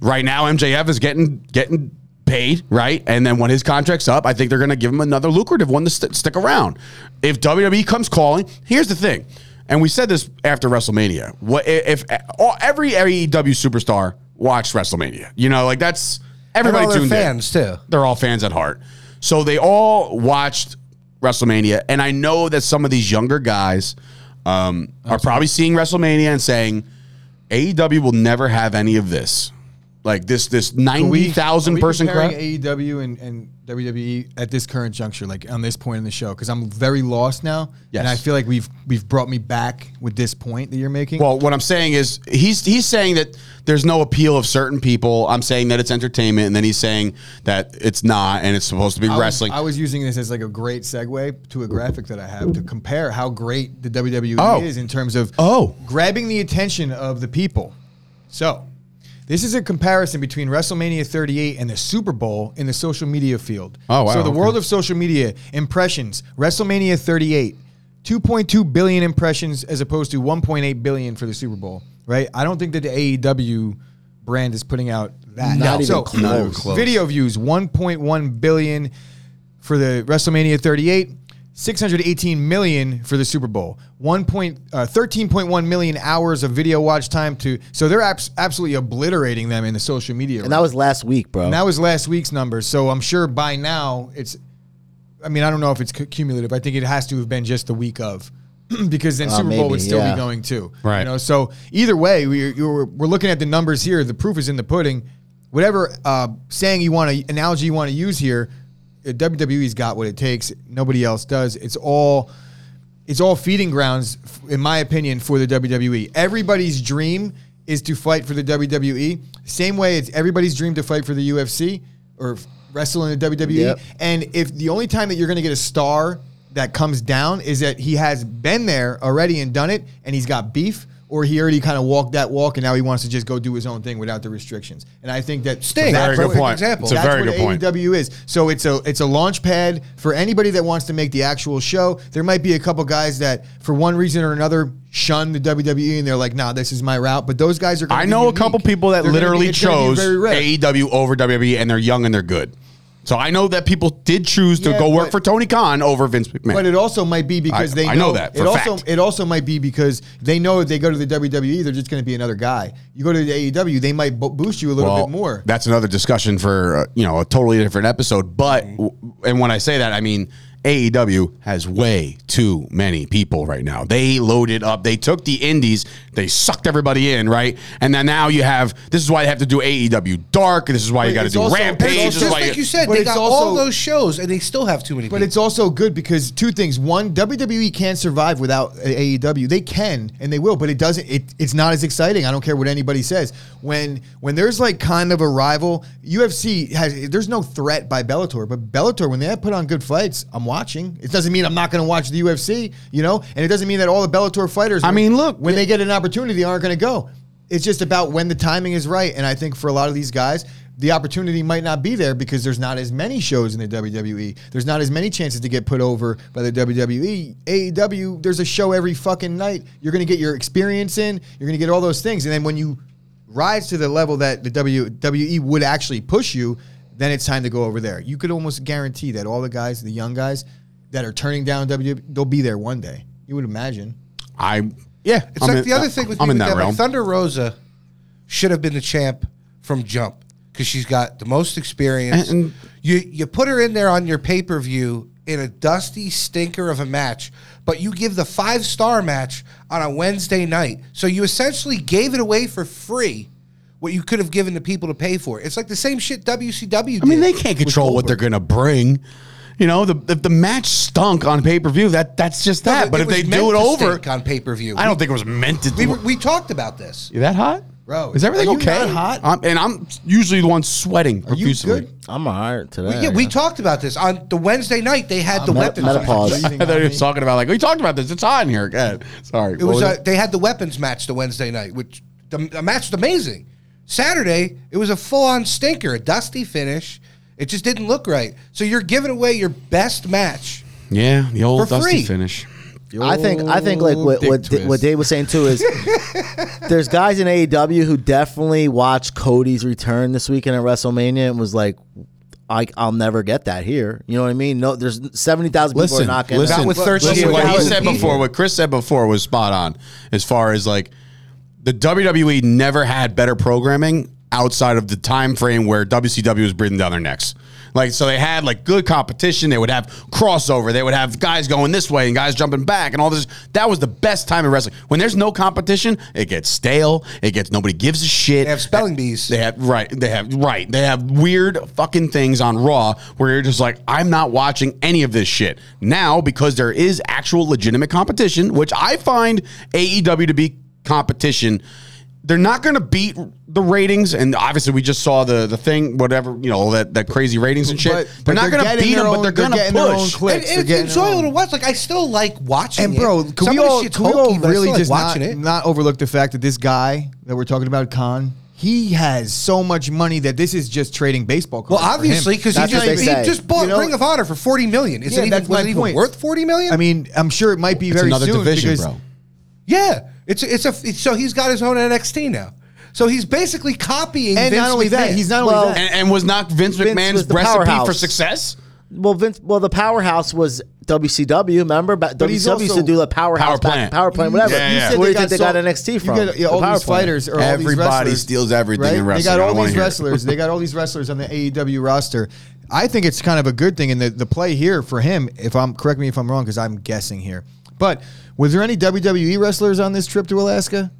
[SPEAKER 2] right now, MJF is getting getting paid right, and then when his contract's up, I think they're going to give him another lucrative one to st- stick around. If WWE comes calling, here's the thing. And we said this after WrestleMania. What if, if all, every AEW superstar watched WrestleMania? You know, like that's everybody
[SPEAKER 3] all their
[SPEAKER 2] tuned
[SPEAKER 3] fans,
[SPEAKER 2] in.
[SPEAKER 3] too.
[SPEAKER 2] They're all fans at heart, so they all watched WrestleMania. And I know that some of these younger guys um, are probably seeing WrestleMania and saying, "AEW will never have any of this." Like this, this ninety thousand person crowd.
[SPEAKER 1] comparing E AEW and, and WWE at this current juncture, like on this point in the show, because I'm very lost now,
[SPEAKER 2] Yes.
[SPEAKER 1] and I feel like we've we've brought me back with this point that you're making.
[SPEAKER 2] Well, what I'm saying is he's he's saying that there's no appeal of certain people. I'm saying that it's entertainment, and then he's saying that it's not, and it's supposed to be
[SPEAKER 1] I was-
[SPEAKER 2] wrestling.
[SPEAKER 1] I was using this as like a great segue to a graphic that I have to compare how great the WWE
[SPEAKER 2] Oh.
[SPEAKER 1] is in terms of
[SPEAKER 2] Oh.
[SPEAKER 1] grabbing the attention of the people. So, this is a comparison between WrestleMania 38 and the Super Bowl in the social media field.
[SPEAKER 2] Oh, wow,
[SPEAKER 1] So the
[SPEAKER 2] okay.
[SPEAKER 1] world of social media impressions, WrestleMania 38, 2.2 billion impressions as opposed to 1.8 billion for the Super Bowl, right? I don't think that the AEW brand is putting out that.
[SPEAKER 4] Not even
[SPEAKER 1] so,
[SPEAKER 4] close. Not even close.
[SPEAKER 1] Video views 1.1 billion for the WrestleMania 38, 618 million for the Super Bowl. 1. Point, uh, 13.1 million hours of video watch time to so they're abs- absolutely obliterating them in the social media.
[SPEAKER 4] And that was last week, bro.
[SPEAKER 1] And that was last week's number. So I'm sure by now it's. I mean, I don't know if it's cu- cumulative. I think it has to have been just the week of, because then Super
[SPEAKER 4] Uh, maybe,
[SPEAKER 1] Bowl would still
[SPEAKER 4] yeah.
[SPEAKER 1] be going too.
[SPEAKER 2] Right.
[SPEAKER 1] You know. So either way, we you're, we're looking at the numbers here. The proof is in the pudding. Whatever uh, saying you want to analogy you want to use here, uh, WWE's got what it takes. Nobody else does. It's all. It's all feeding grounds, f- in my opinion, for the WWE. Everybody's dream is to fight for the WWE. Same way it's everybody's dream to fight for the UFC or f- wrestle in the WWE.
[SPEAKER 4] Yep.
[SPEAKER 1] And if the only time that you're going to get a star that comes down is that he has been there already and done it and he's got beef or he already kind of walked that walk and now he wants to just go do his own thing without the restrictions. And I think that
[SPEAKER 3] Sting.
[SPEAKER 1] that's
[SPEAKER 3] Very good
[SPEAKER 1] what-
[SPEAKER 3] point. Example.
[SPEAKER 2] It's a
[SPEAKER 1] that's
[SPEAKER 2] very
[SPEAKER 1] what
[SPEAKER 2] good point.
[SPEAKER 1] AEW is. So it's a it's a launch pad for anybody that wants to make the actual show. There might be a couple guys that for one reason or another shun the WWE and they're like, nah, this is my route. But those guys are. Gonna
[SPEAKER 2] I
[SPEAKER 1] be
[SPEAKER 2] know a
[SPEAKER 1] unique.
[SPEAKER 2] couple people that
[SPEAKER 1] They're gonna be-
[SPEAKER 2] literally
[SPEAKER 1] it's gonna be
[SPEAKER 2] chose
[SPEAKER 1] E very rare.
[SPEAKER 2] AEW over WWE, and they're young and they're good. So I know that people did choose to
[SPEAKER 1] Yeah,
[SPEAKER 2] go work
[SPEAKER 1] but-
[SPEAKER 2] for Tony Khan over Vince McMahon.
[SPEAKER 1] But it also might be because
[SPEAKER 2] I-
[SPEAKER 1] they know,
[SPEAKER 2] I know that for
[SPEAKER 1] it
[SPEAKER 2] a
[SPEAKER 1] also
[SPEAKER 2] fact.
[SPEAKER 1] it also might be because they know if they go to the WWE, they're just going to be another guy. You go to the AEW, they might bo- boost you a little
[SPEAKER 2] Well,
[SPEAKER 1] bit more.
[SPEAKER 2] That's another discussion for uh, you know a totally different episode. But w- and when I say that, I mean AEW has way too many people right now. They loaded up. They took the indies, they sucked everybody in, right? And then now you have this is why you have to do AEW Dark. This is why you
[SPEAKER 1] But
[SPEAKER 2] got to
[SPEAKER 1] it's
[SPEAKER 2] do
[SPEAKER 1] also-
[SPEAKER 2] Rampage.
[SPEAKER 1] Hey,
[SPEAKER 2] This
[SPEAKER 3] It's
[SPEAKER 2] is
[SPEAKER 3] just
[SPEAKER 2] why
[SPEAKER 3] like you said,
[SPEAKER 1] but
[SPEAKER 3] they
[SPEAKER 1] it's
[SPEAKER 3] got all
[SPEAKER 1] also-
[SPEAKER 3] those shows and they still have too many
[SPEAKER 1] But
[SPEAKER 3] people.
[SPEAKER 1] it's also good because two things. One, WWE can't survive without A- AEW. They can and they will, but it doesn't it, it's not as exciting. I don't care what anybody says. When when there's like kind of a rival, UFC has there's no threat by Bellator, but Bellator when they put on good fights, I'm watching. It doesn't mean I'm not going to watch the UFC, you know? And it doesn't mean that all the Bellator fighters
[SPEAKER 2] I mean, look,
[SPEAKER 1] when they get an opportunity aren't going to go. It's just about when the timing is right and I think for a lot of these guys the opportunity might not be there because there's not as many shows in the WWE. There's not as many chances to get put over by the WWE. AEW, there's a show every fucking night. You're going to get your experience in, you're going to get all those things. And then when you rise to the level that the WWE would actually push you, then it's time to go over there. You could almost guarantee that all the guys, the young guys that are turning down WWE, they'll be there one day. You would imagine.
[SPEAKER 2] I yeah.
[SPEAKER 3] It's like the other thing with
[SPEAKER 2] I'm
[SPEAKER 3] me
[SPEAKER 2] in
[SPEAKER 3] with
[SPEAKER 2] that
[SPEAKER 3] like,
[SPEAKER 2] realm.
[SPEAKER 3] Thunder Rosa should have been the champ from jump because she's got the most experience.
[SPEAKER 2] And- and-
[SPEAKER 3] you you put her in there on your pay per view in a dusty stinker of a match, but you give the five star match on a Wednesday night, so you essentially gave it away for free. What you could have given the people to pay for. It's like the same shit WCW. Did
[SPEAKER 2] I mean, they can't
[SPEAKER 3] with
[SPEAKER 2] control what
[SPEAKER 3] Goldberg.
[SPEAKER 2] they're going to bring. You know, the, if the match stunk on pay per view, that that's just
[SPEAKER 3] No,
[SPEAKER 2] that. but
[SPEAKER 3] it
[SPEAKER 2] if they
[SPEAKER 3] was meant
[SPEAKER 2] do it
[SPEAKER 3] to
[SPEAKER 2] over,
[SPEAKER 3] stink on pay per view,
[SPEAKER 2] I don't think it was meant to.
[SPEAKER 3] we,
[SPEAKER 2] do
[SPEAKER 3] were- we talked about this.
[SPEAKER 2] You that hot,
[SPEAKER 1] Bro,
[SPEAKER 2] Is everything
[SPEAKER 1] are you
[SPEAKER 2] okay?
[SPEAKER 1] not hot?
[SPEAKER 2] I'm, and I'm usually the one sweating
[SPEAKER 1] you
[SPEAKER 2] profusely.
[SPEAKER 1] good?
[SPEAKER 4] I'm all right today.
[SPEAKER 3] Well, yeah, we talked about this on the Wednesday night. They had the
[SPEAKER 4] meta-
[SPEAKER 3] weapons.
[SPEAKER 4] menopause.
[SPEAKER 2] I thought you were talking about like we talked about this. It's hot in here. God, sorry.
[SPEAKER 3] It was, uh they had the weapons match the Wednesday night, which the, the match was amazing. Saturday, it was a full on stinker, a dusty finish. It just didn't look right. So you're giving away your best match.
[SPEAKER 2] yeah, the old
[SPEAKER 3] for
[SPEAKER 2] dusty
[SPEAKER 3] free.
[SPEAKER 2] finish.
[SPEAKER 4] I think I think like what
[SPEAKER 1] Dick
[SPEAKER 4] what, Da- what
[SPEAKER 1] twist.
[SPEAKER 4] Dave was saying too is there's guys in AEW who definitely watched Cody's return this weekend at WrestleMania and was like, I, I'll never get that here. You know what I mean? No, there's seventy thousand people are
[SPEAKER 2] Listen,
[SPEAKER 4] not getting
[SPEAKER 2] listen.
[SPEAKER 3] Not with
[SPEAKER 4] that.
[SPEAKER 3] 13
[SPEAKER 2] listen what he
[SPEAKER 3] thousand
[SPEAKER 2] said
[SPEAKER 3] people.
[SPEAKER 2] before, what Chris said before was spot on. As far as like the WWE never had better programming outside of the time frame where WCW was breathing down their necks. Like so, they had like good competition. They would have crossover. They would have guys going this way and guys jumping back and all this. That was the best time in wrestling. When there's no competition, it gets stale. It gets nobody gives a shit.
[SPEAKER 3] They have spelling bees.
[SPEAKER 2] They have right. They have right. They have weird fucking things on Raw where you're just like, I'm not watching any of this shit now because there is actual legitimate competition, which I find AEW to be competition. They're not going to beat the ratings, and obviously we just saw the the thing, whatever you know that that crazy ratings and shit.
[SPEAKER 1] But-
[SPEAKER 2] they're
[SPEAKER 1] but
[SPEAKER 2] not
[SPEAKER 1] they're
[SPEAKER 2] going to
[SPEAKER 1] getting
[SPEAKER 2] beat
[SPEAKER 1] their
[SPEAKER 2] them, but
[SPEAKER 1] own-
[SPEAKER 2] they're
[SPEAKER 1] they're
[SPEAKER 2] going to
[SPEAKER 1] getting their
[SPEAKER 2] push.
[SPEAKER 1] own clip.
[SPEAKER 3] And,
[SPEAKER 1] Clicks,
[SPEAKER 3] and
[SPEAKER 1] they're
[SPEAKER 3] it's
[SPEAKER 1] getting it
[SPEAKER 3] enjoyable
[SPEAKER 1] on.
[SPEAKER 3] to watch. Like I still like watching.
[SPEAKER 1] And
[SPEAKER 3] it.
[SPEAKER 1] bro, can
[SPEAKER 3] Some
[SPEAKER 1] we
[SPEAKER 3] of the
[SPEAKER 1] all,
[SPEAKER 3] shit's
[SPEAKER 1] can we
[SPEAKER 3] hokey,
[SPEAKER 1] all
[SPEAKER 3] but I still
[SPEAKER 1] really
[SPEAKER 3] like
[SPEAKER 1] just not,
[SPEAKER 3] watching it?
[SPEAKER 1] not overlook the fact that this guy that we're talking about, Khan, he has so much money that this is just trading baseball
[SPEAKER 3] Well,
[SPEAKER 1] cards. for him.
[SPEAKER 3] obviously, because he
[SPEAKER 4] That's
[SPEAKER 3] just
[SPEAKER 4] what
[SPEAKER 3] he
[SPEAKER 4] they say.
[SPEAKER 3] just bought
[SPEAKER 1] You know-
[SPEAKER 3] Ring of Honor for forty million. Is
[SPEAKER 1] Yeah,
[SPEAKER 3] it even,
[SPEAKER 1] that's
[SPEAKER 3] was
[SPEAKER 1] my
[SPEAKER 3] it even
[SPEAKER 1] point.
[SPEAKER 3] worth forty million?
[SPEAKER 1] I mean, I'm sure it might be
[SPEAKER 2] It's
[SPEAKER 1] very
[SPEAKER 2] another
[SPEAKER 1] soon
[SPEAKER 2] division,
[SPEAKER 1] because
[SPEAKER 2] bro.
[SPEAKER 3] Yeah, it's a, it's a it's, so he's got his own NXT now. So he's basically copying.
[SPEAKER 1] and
[SPEAKER 3] Vince
[SPEAKER 1] not only that,
[SPEAKER 3] McMahon.
[SPEAKER 1] he's not only
[SPEAKER 4] Well,
[SPEAKER 1] that.
[SPEAKER 2] And, and was not Vince
[SPEAKER 4] Vince
[SPEAKER 2] McMahon's
[SPEAKER 4] was the
[SPEAKER 2] recipe for
[SPEAKER 4] powerhouse.
[SPEAKER 2] success?
[SPEAKER 4] Well, Vince. Well, the powerhouse was WCW. Remember, but
[SPEAKER 1] he's
[SPEAKER 4] WCW used to
[SPEAKER 1] also-
[SPEAKER 4] do the powerhouse
[SPEAKER 2] Power
[SPEAKER 4] back-
[SPEAKER 2] plant.
[SPEAKER 4] power plant, whatever.
[SPEAKER 2] Yeah, yeah.
[SPEAKER 4] So Where do you think
[SPEAKER 1] got
[SPEAKER 4] they got
[SPEAKER 1] so-
[SPEAKER 4] NXT
[SPEAKER 1] you
[SPEAKER 4] from?
[SPEAKER 1] got, yeah,
[SPEAKER 4] The
[SPEAKER 1] all
[SPEAKER 4] power
[SPEAKER 1] these
[SPEAKER 4] plant.
[SPEAKER 1] fighters or all these
[SPEAKER 2] Everybody
[SPEAKER 1] wrestlers,
[SPEAKER 2] steals everything in wrestling.
[SPEAKER 1] They got
[SPEAKER 2] I don't
[SPEAKER 1] all
[SPEAKER 2] wanna
[SPEAKER 1] these
[SPEAKER 2] hear it.
[SPEAKER 1] wrestlers. they got all these wrestlers on the AEW roster. I think it's kind of a good thing, and the, the play here for him, if I'm correct me if I'm wrong, because I'm guessing here. But was there any WWE wrestlers on this trip to Alaska?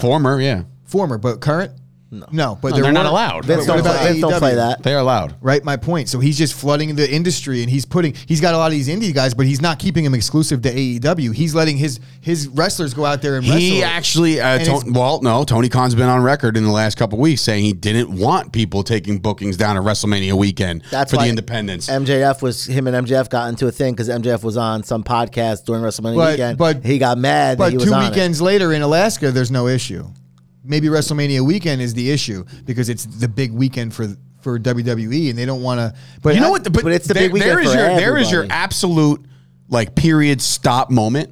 [SPEAKER 2] Former, yeah,
[SPEAKER 1] Former, but current? No, but
[SPEAKER 2] they're
[SPEAKER 1] there
[SPEAKER 2] not
[SPEAKER 1] were-
[SPEAKER 2] allowed.
[SPEAKER 1] but
[SPEAKER 4] Vince
[SPEAKER 1] what
[SPEAKER 4] don't,
[SPEAKER 1] about E
[SPEAKER 4] play, Vince don't
[SPEAKER 1] AEW?
[SPEAKER 4] play that.
[SPEAKER 2] they are allowed.
[SPEAKER 1] Right, my point. So he's just flooding the industry, and he's putting. He's got a lot of these indie guys, but he's not keeping them exclusive to AEW. He's letting his his wrestlers go out there and
[SPEAKER 2] He
[SPEAKER 1] wrestle.
[SPEAKER 2] actually, uh,
[SPEAKER 1] And
[SPEAKER 2] Ton-
[SPEAKER 1] it's-
[SPEAKER 2] well, no, Tony Khan's been on record in the last couple weeks saying he didn't want people taking bookings down at WrestleMania weekend
[SPEAKER 4] That's
[SPEAKER 2] for the
[SPEAKER 4] why
[SPEAKER 2] independents.
[SPEAKER 4] MJF was him and MJF got into a thing because MJF was on some podcast during WrestleMania
[SPEAKER 1] But-
[SPEAKER 4] weekend.
[SPEAKER 1] but-
[SPEAKER 4] he got mad. that
[SPEAKER 1] But
[SPEAKER 4] he was
[SPEAKER 1] two
[SPEAKER 4] on it.
[SPEAKER 1] weekends later in Alaska, there's no issue. Maybe WrestleMania weekend is the issue because it's the big weekend for for WWE, and they don't want to. But
[SPEAKER 2] you know
[SPEAKER 1] I-
[SPEAKER 2] what? But,
[SPEAKER 4] But it's the
[SPEAKER 2] there-
[SPEAKER 4] big weekend
[SPEAKER 2] there is
[SPEAKER 4] for
[SPEAKER 2] your there is your
[SPEAKER 4] everybody.
[SPEAKER 2] absolute like period stop moment.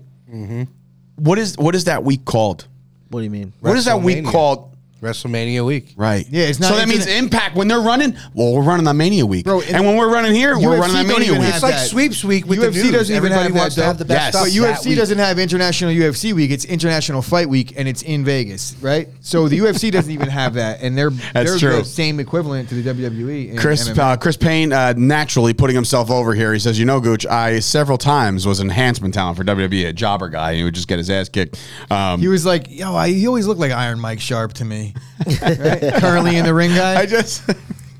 [SPEAKER 2] What is what is that week called?
[SPEAKER 4] What do you mean?
[SPEAKER 2] What is that week
[SPEAKER 3] WrestleMania.
[SPEAKER 2] called?
[SPEAKER 3] WrestleMania week.
[SPEAKER 2] Right.
[SPEAKER 1] Yeah, it's not-
[SPEAKER 2] So that
[SPEAKER 1] it
[SPEAKER 2] means
[SPEAKER 1] didn't-
[SPEAKER 2] Impact when they're running. Well, we're running on Mania Week,
[SPEAKER 1] Bro,
[SPEAKER 2] and when we're running here, we're
[SPEAKER 1] UFC
[SPEAKER 2] running on
[SPEAKER 1] don't
[SPEAKER 2] Mania
[SPEAKER 1] even
[SPEAKER 2] Week.
[SPEAKER 1] have
[SPEAKER 3] It's like
[SPEAKER 1] that.
[SPEAKER 3] sweeps week with the
[SPEAKER 1] UFC
[SPEAKER 3] news.
[SPEAKER 1] doesn't even
[SPEAKER 3] Everybody
[SPEAKER 1] have
[SPEAKER 3] wants
[SPEAKER 1] that.
[SPEAKER 3] to
[SPEAKER 1] though.
[SPEAKER 3] have the best
[SPEAKER 2] Yes.
[SPEAKER 1] But
[SPEAKER 3] stuff that
[SPEAKER 1] UFC
[SPEAKER 3] week.
[SPEAKER 1] doesn't have International UFC Week. It's International Fight Week, and it's in Vegas, right? So the UFC doesn't even have that, and they're they're
[SPEAKER 2] true.
[SPEAKER 1] the same equivalent to the WWE. in
[SPEAKER 2] Chris
[SPEAKER 1] MMA.
[SPEAKER 2] uh, Chris Payne uh, naturally putting himself over here. He says, "You know, Gooch, I several times was enhancement talent for WWE, a jobber guy, and he would just get his ass kicked." Um,
[SPEAKER 1] He was like, yo, I, he always looked like Iron Mike Sharp to me. right? Curly in the ring guy.
[SPEAKER 2] I just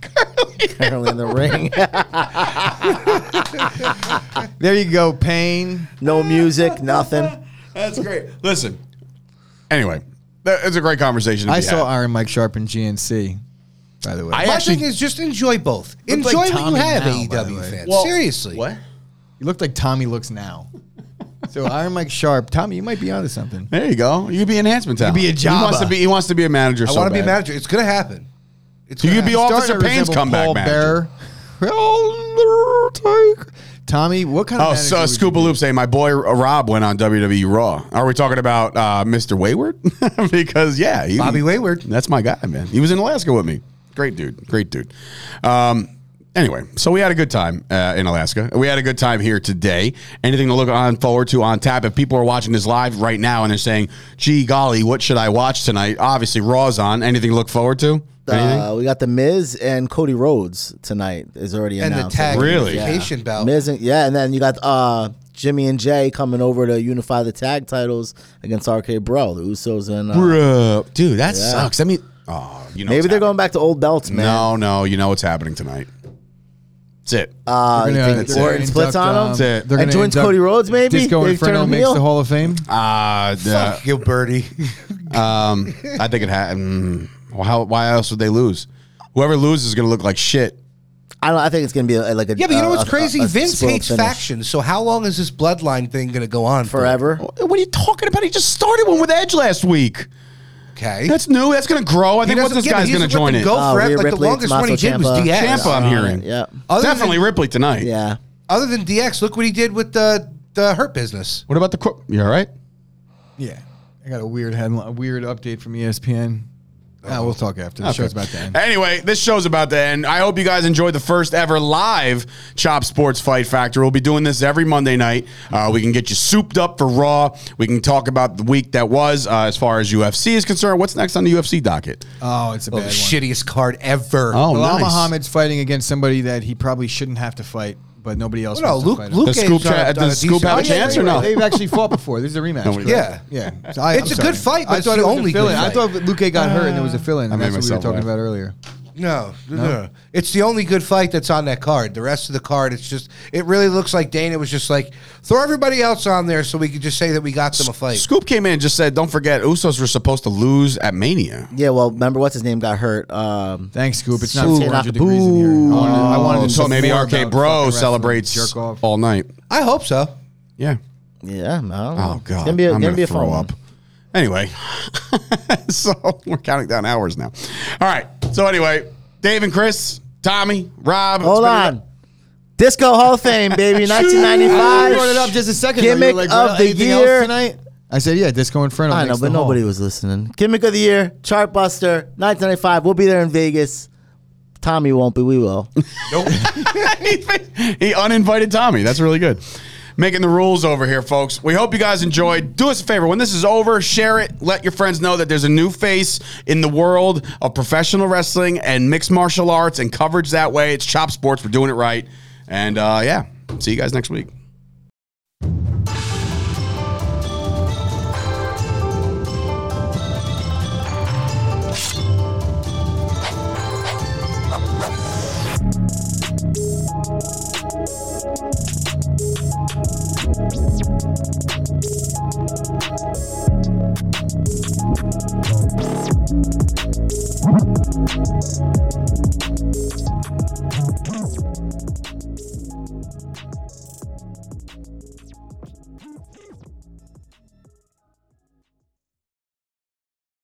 [SPEAKER 4] Currently in the ring.
[SPEAKER 1] there you go, Payne.
[SPEAKER 4] no music, nothing.
[SPEAKER 2] that's great. Listen, anyway, that- it's a great conversation. to
[SPEAKER 1] I
[SPEAKER 2] be
[SPEAKER 1] saw
[SPEAKER 2] had.
[SPEAKER 1] Iron Mike Sharp in GNC, by the way.
[SPEAKER 2] I
[SPEAKER 3] My
[SPEAKER 2] actually-
[SPEAKER 3] thing is just enjoy both.
[SPEAKER 1] Looked
[SPEAKER 3] Enjoy
[SPEAKER 1] like
[SPEAKER 3] what you
[SPEAKER 1] Tommy
[SPEAKER 3] have,
[SPEAKER 1] now, by the
[SPEAKER 3] AEW
[SPEAKER 1] way.
[SPEAKER 3] fans.
[SPEAKER 2] Well,
[SPEAKER 3] Seriously.
[SPEAKER 2] What?
[SPEAKER 1] he looked like Tommy looks now. So Iron Mike Sharp, Tommy, you might be onto something.
[SPEAKER 2] There you go. You could be enhancement talent.
[SPEAKER 1] be a
[SPEAKER 2] He wants
[SPEAKER 1] jobber.
[SPEAKER 2] to be. He wants to be a manager.
[SPEAKER 3] I
[SPEAKER 2] so
[SPEAKER 3] want to be
[SPEAKER 2] bad.
[SPEAKER 3] a manager. It's gonna happen. It's
[SPEAKER 2] You
[SPEAKER 3] gonna
[SPEAKER 2] could be
[SPEAKER 3] happen.
[SPEAKER 2] all-
[SPEAKER 1] Starting
[SPEAKER 2] Officer
[SPEAKER 1] to
[SPEAKER 2] Payne's
[SPEAKER 1] resemble
[SPEAKER 2] comeback
[SPEAKER 1] Paul
[SPEAKER 2] manager.
[SPEAKER 1] Bearer. Undertaker. Tommy, what kind of
[SPEAKER 2] Oh,
[SPEAKER 1] manager
[SPEAKER 2] so
[SPEAKER 1] would you
[SPEAKER 2] Scoop
[SPEAKER 1] be?
[SPEAKER 2] Loop saying my boy uh, Rob went on WWE Raw. Are we talking about uh, Mr. Wayward? because yeah, he,
[SPEAKER 3] Bobby Wayward.
[SPEAKER 2] That's my guy, man. He was in Alaska with me. Great dude. Great dude. Um, anyway, so we had a good time uh, in Alaska. We had a good time here today. Anything to look on forward to on tap? If people are watching this live right now and they're saying, "Gee golly, what should I watch tonight?" Obviously, Raw's on. Anything to look forward to? Anything?
[SPEAKER 4] Uh, we got the Miz and Cody Rhodes tonight is already
[SPEAKER 3] and the
[SPEAKER 4] announced.
[SPEAKER 3] tag
[SPEAKER 2] Really?
[SPEAKER 3] unification belt.
[SPEAKER 4] Miz and, yeah, and then you got uh, Jimmy and Jay coming over to unify the tag titles against RK Bro, the Usos and uh,
[SPEAKER 2] Bruh. dude, that sucks. I mean, oh, you know,
[SPEAKER 4] maybe
[SPEAKER 2] it's
[SPEAKER 4] they're
[SPEAKER 2] happening.
[SPEAKER 4] going back to old belts, man.
[SPEAKER 2] No, no, you know what's happening tonight. That's it.
[SPEAKER 4] Uh, you
[SPEAKER 1] They're gonna-
[SPEAKER 4] think
[SPEAKER 1] they're
[SPEAKER 4] Orton
[SPEAKER 1] gonna
[SPEAKER 4] splits
[SPEAKER 1] induct,
[SPEAKER 4] on
[SPEAKER 1] um,
[SPEAKER 4] him
[SPEAKER 2] That's it.
[SPEAKER 1] they're gonna
[SPEAKER 4] and joins
[SPEAKER 1] induct
[SPEAKER 4] Cody Rhodes, maybe.
[SPEAKER 1] Disco
[SPEAKER 4] They turn
[SPEAKER 1] Inferno
[SPEAKER 4] him
[SPEAKER 1] makes
[SPEAKER 4] heel? Ah.
[SPEAKER 1] the Hall of Fame.
[SPEAKER 2] Uh, the-
[SPEAKER 3] Yo, Birdie.
[SPEAKER 2] um, I think it happened. Well, how, why else would they lose? Whoever loses is going to look like shit.
[SPEAKER 4] I don't. I think it's gonna be a, like a
[SPEAKER 3] Yeah, but you know
[SPEAKER 4] a-
[SPEAKER 3] what's
[SPEAKER 4] a-
[SPEAKER 3] crazy?
[SPEAKER 4] a
[SPEAKER 3] Vince
[SPEAKER 4] spoiled
[SPEAKER 3] hates
[SPEAKER 4] finish.
[SPEAKER 3] factions, so how long is this bloodline thing going to go on for?
[SPEAKER 4] forever.
[SPEAKER 2] What are you talking about? He just started one with Edge last week.
[SPEAKER 3] Okay.
[SPEAKER 2] That's new. That's going to grow. I
[SPEAKER 3] He
[SPEAKER 2] think once
[SPEAKER 3] doesn't
[SPEAKER 2] this
[SPEAKER 3] get it.
[SPEAKER 2] guy's
[SPEAKER 3] He
[SPEAKER 2] going to
[SPEAKER 3] doesn't let
[SPEAKER 2] join
[SPEAKER 3] them
[SPEAKER 2] it.
[SPEAKER 3] Go
[SPEAKER 4] Uh,
[SPEAKER 3] forever.
[SPEAKER 4] Rhea
[SPEAKER 3] Like the
[SPEAKER 4] Ripley,
[SPEAKER 3] longest
[SPEAKER 4] Tommaso
[SPEAKER 3] one he did was
[SPEAKER 4] Ciampa.
[SPEAKER 3] DX.
[SPEAKER 2] Champa, I'm hearing.
[SPEAKER 4] Yeah.
[SPEAKER 3] uh, Other than-
[SPEAKER 2] Definitely Ripley tonight.
[SPEAKER 4] Yeah.
[SPEAKER 3] Other than DX, look what he did with the the Hurt business.
[SPEAKER 2] What about the? Qu- you all right?
[SPEAKER 1] Yeah, I got a weird headline, a weird update from E ESPN. Ah, we'll talk after the show's about to end.
[SPEAKER 2] Anyway, this show's about to end. I hope you guys enjoyed the first ever live Chop Sports Fight Factor. We'll be doing this every Monday night. Uh, we can get you souped up for Raw. We can talk about the week that was uh, as far as UFC is concerned. What's next on the UFC docket?
[SPEAKER 1] Oh, it's a bad
[SPEAKER 3] The
[SPEAKER 1] one.
[SPEAKER 3] shittiest card ever.
[SPEAKER 2] Oh,
[SPEAKER 1] Bilal Muhammad's fighting against somebody that he probably shouldn't have to fight, but nobody else.
[SPEAKER 3] Well,
[SPEAKER 1] wants
[SPEAKER 3] no,
[SPEAKER 1] to
[SPEAKER 3] Luke-
[SPEAKER 1] fight him.
[SPEAKER 3] Luke
[SPEAKER 2] Does Scoop,
[SPEAKER 3] Cage, uh,
[SPEAKER 2] tra-
[SPEAKER 3] done a
[SPEAKER 2] does Scoop
[SPEAKER 3] decent
[SPEAKER 2] have a
[SPEAKER 1] Oh,
[SPEAKER 3] job.
[SPEAKER 2] chance or no?
[SPEAKER 1] They've actually fought before. This is a rematch.
[SPEAKER 2] we
[SPEAKER 1] correct?
[SPEAKER 3] didn't.
[SPEAKER 1] yeah. So I-
[SPEAKER 3] It's
[SPEAKER 1] I'm
[SPEAKER 3] a good
[SPEAKER 1] sorry.
[SPEAKER 3] fight, but
[SPEAKER 1] I
[SPEAKER 3] it's
[SPEAKER 1] thought
[SPEAKER 3] the
[SPEAKER 1] it was
[SPEAKER 3] only
[SPEAKER 1] a fill-in.
[SPEAKER 3] good
[SPEAKER 1] I thought Luke got hurt and there was a fill-in.
[SPEAKER 2] I
[SPEAKER 1] and
[SPEAKER 2] made
[SPEAKER 1] That's what we were
[SPEAKER 2] myself
[SPEAKER 1] talking
[SPEAKER 2] laugh.
[SPEAKER 1] about earlier.
[SPEAKER 3] No, no, no. It's the only good fight that's on that card. The rest of the card, it's just, it really looks like Dana was just like, throw everybody else on there so we could just say that we got them a fight.
[SPEAKER 2] Scoop came in and just said, "Don't forget, Usos were supposed to lose at Mania."
[SPEAKER 4] Yeah. Well, remember what's his name got hurt? Um,
[SPEAKER 1] Thanks, Scoop. It's not
[SPEAKER 4] Scoop.
[SPEAKER 1] 400 degrees in here. I wanted, I wanted
[SPEAKER 2] Oh,
[SPEAKER 1] to
[SPEAKER 2] so
[SPEAKER 1] talk
[SPEAKER 2] maybe
[SPEAKER 1] more
[SPEAKER 2] RK
[SPEAKER 1] about
[SPEAKER 2] Bro
[SPEAKER 1] fucking
[SPEAKER 2] celebrates
[SPEAKER 1] wrestling. Jerk off.
[SPEAKER 2] all night.
[SPEAKER 3] I hope so.
[SPEAKER 2] Yeah.
[SPEAKER 4] yeah. I don't know.
[SPEAKER 2] Oh
[SPEAKER 4] It's
[SPEAKER 2] god,
[SPEAKER 4] gonna be a,
[SPEAKER 2] I'm
[SPEAKER 4] gonna be a
[SPEAKER 2] throw
[SPEAKER 4] fun
[SPEAKER 2] up.
[SPEAKER 4] One.
[SPEAKER 2] Anyway, so we're counting down hours now. All right. So anyway, Dave and Chris, Tommy, Rob. it's
[SPEAKER 4] Hold
[SPEAKER 2] been a-
[SPEAKER 4] on. Disco Hall of Fame, baby,
[SPEAKER 1] I brought it
[SPEAKER 4] 1995.
[SPEAKER 1] up just a second. ago.
[SPEAKER 4] Gimmick
[SPEAKER 1] You were like,
[SPEAKER 4] of
[SPEAKER 1] "Well,
[SPEAKER 4] the
[SPEAKER 1] anything else
[SPEAKER 4] year."
[SPEAKER 1] tonight. I said, yeah, Disco Inferno.
[SPEAKER 4] I know,
[SPEAKER 1] next
[SPEAKER 4] but
[SPEAKER 1] to Hall.
[SPEAKER 4] nobody was listening. Gimmick of the year, Chartbuster, 1995. We'll be there in Vegas. Tommy won't be. We will.
[SPEAKER 2] he uninvited Tommy. That's really good. Making the rules over here, folks. We hope you guys enjoyed. Do us a favor. When this is over, share it. Let your friends know that there's a new face in the world of professional wrestling and mixed martial arts and coverage that way. It's Chop Sports. We're doing it right. And uh, yeah, see you guys next week.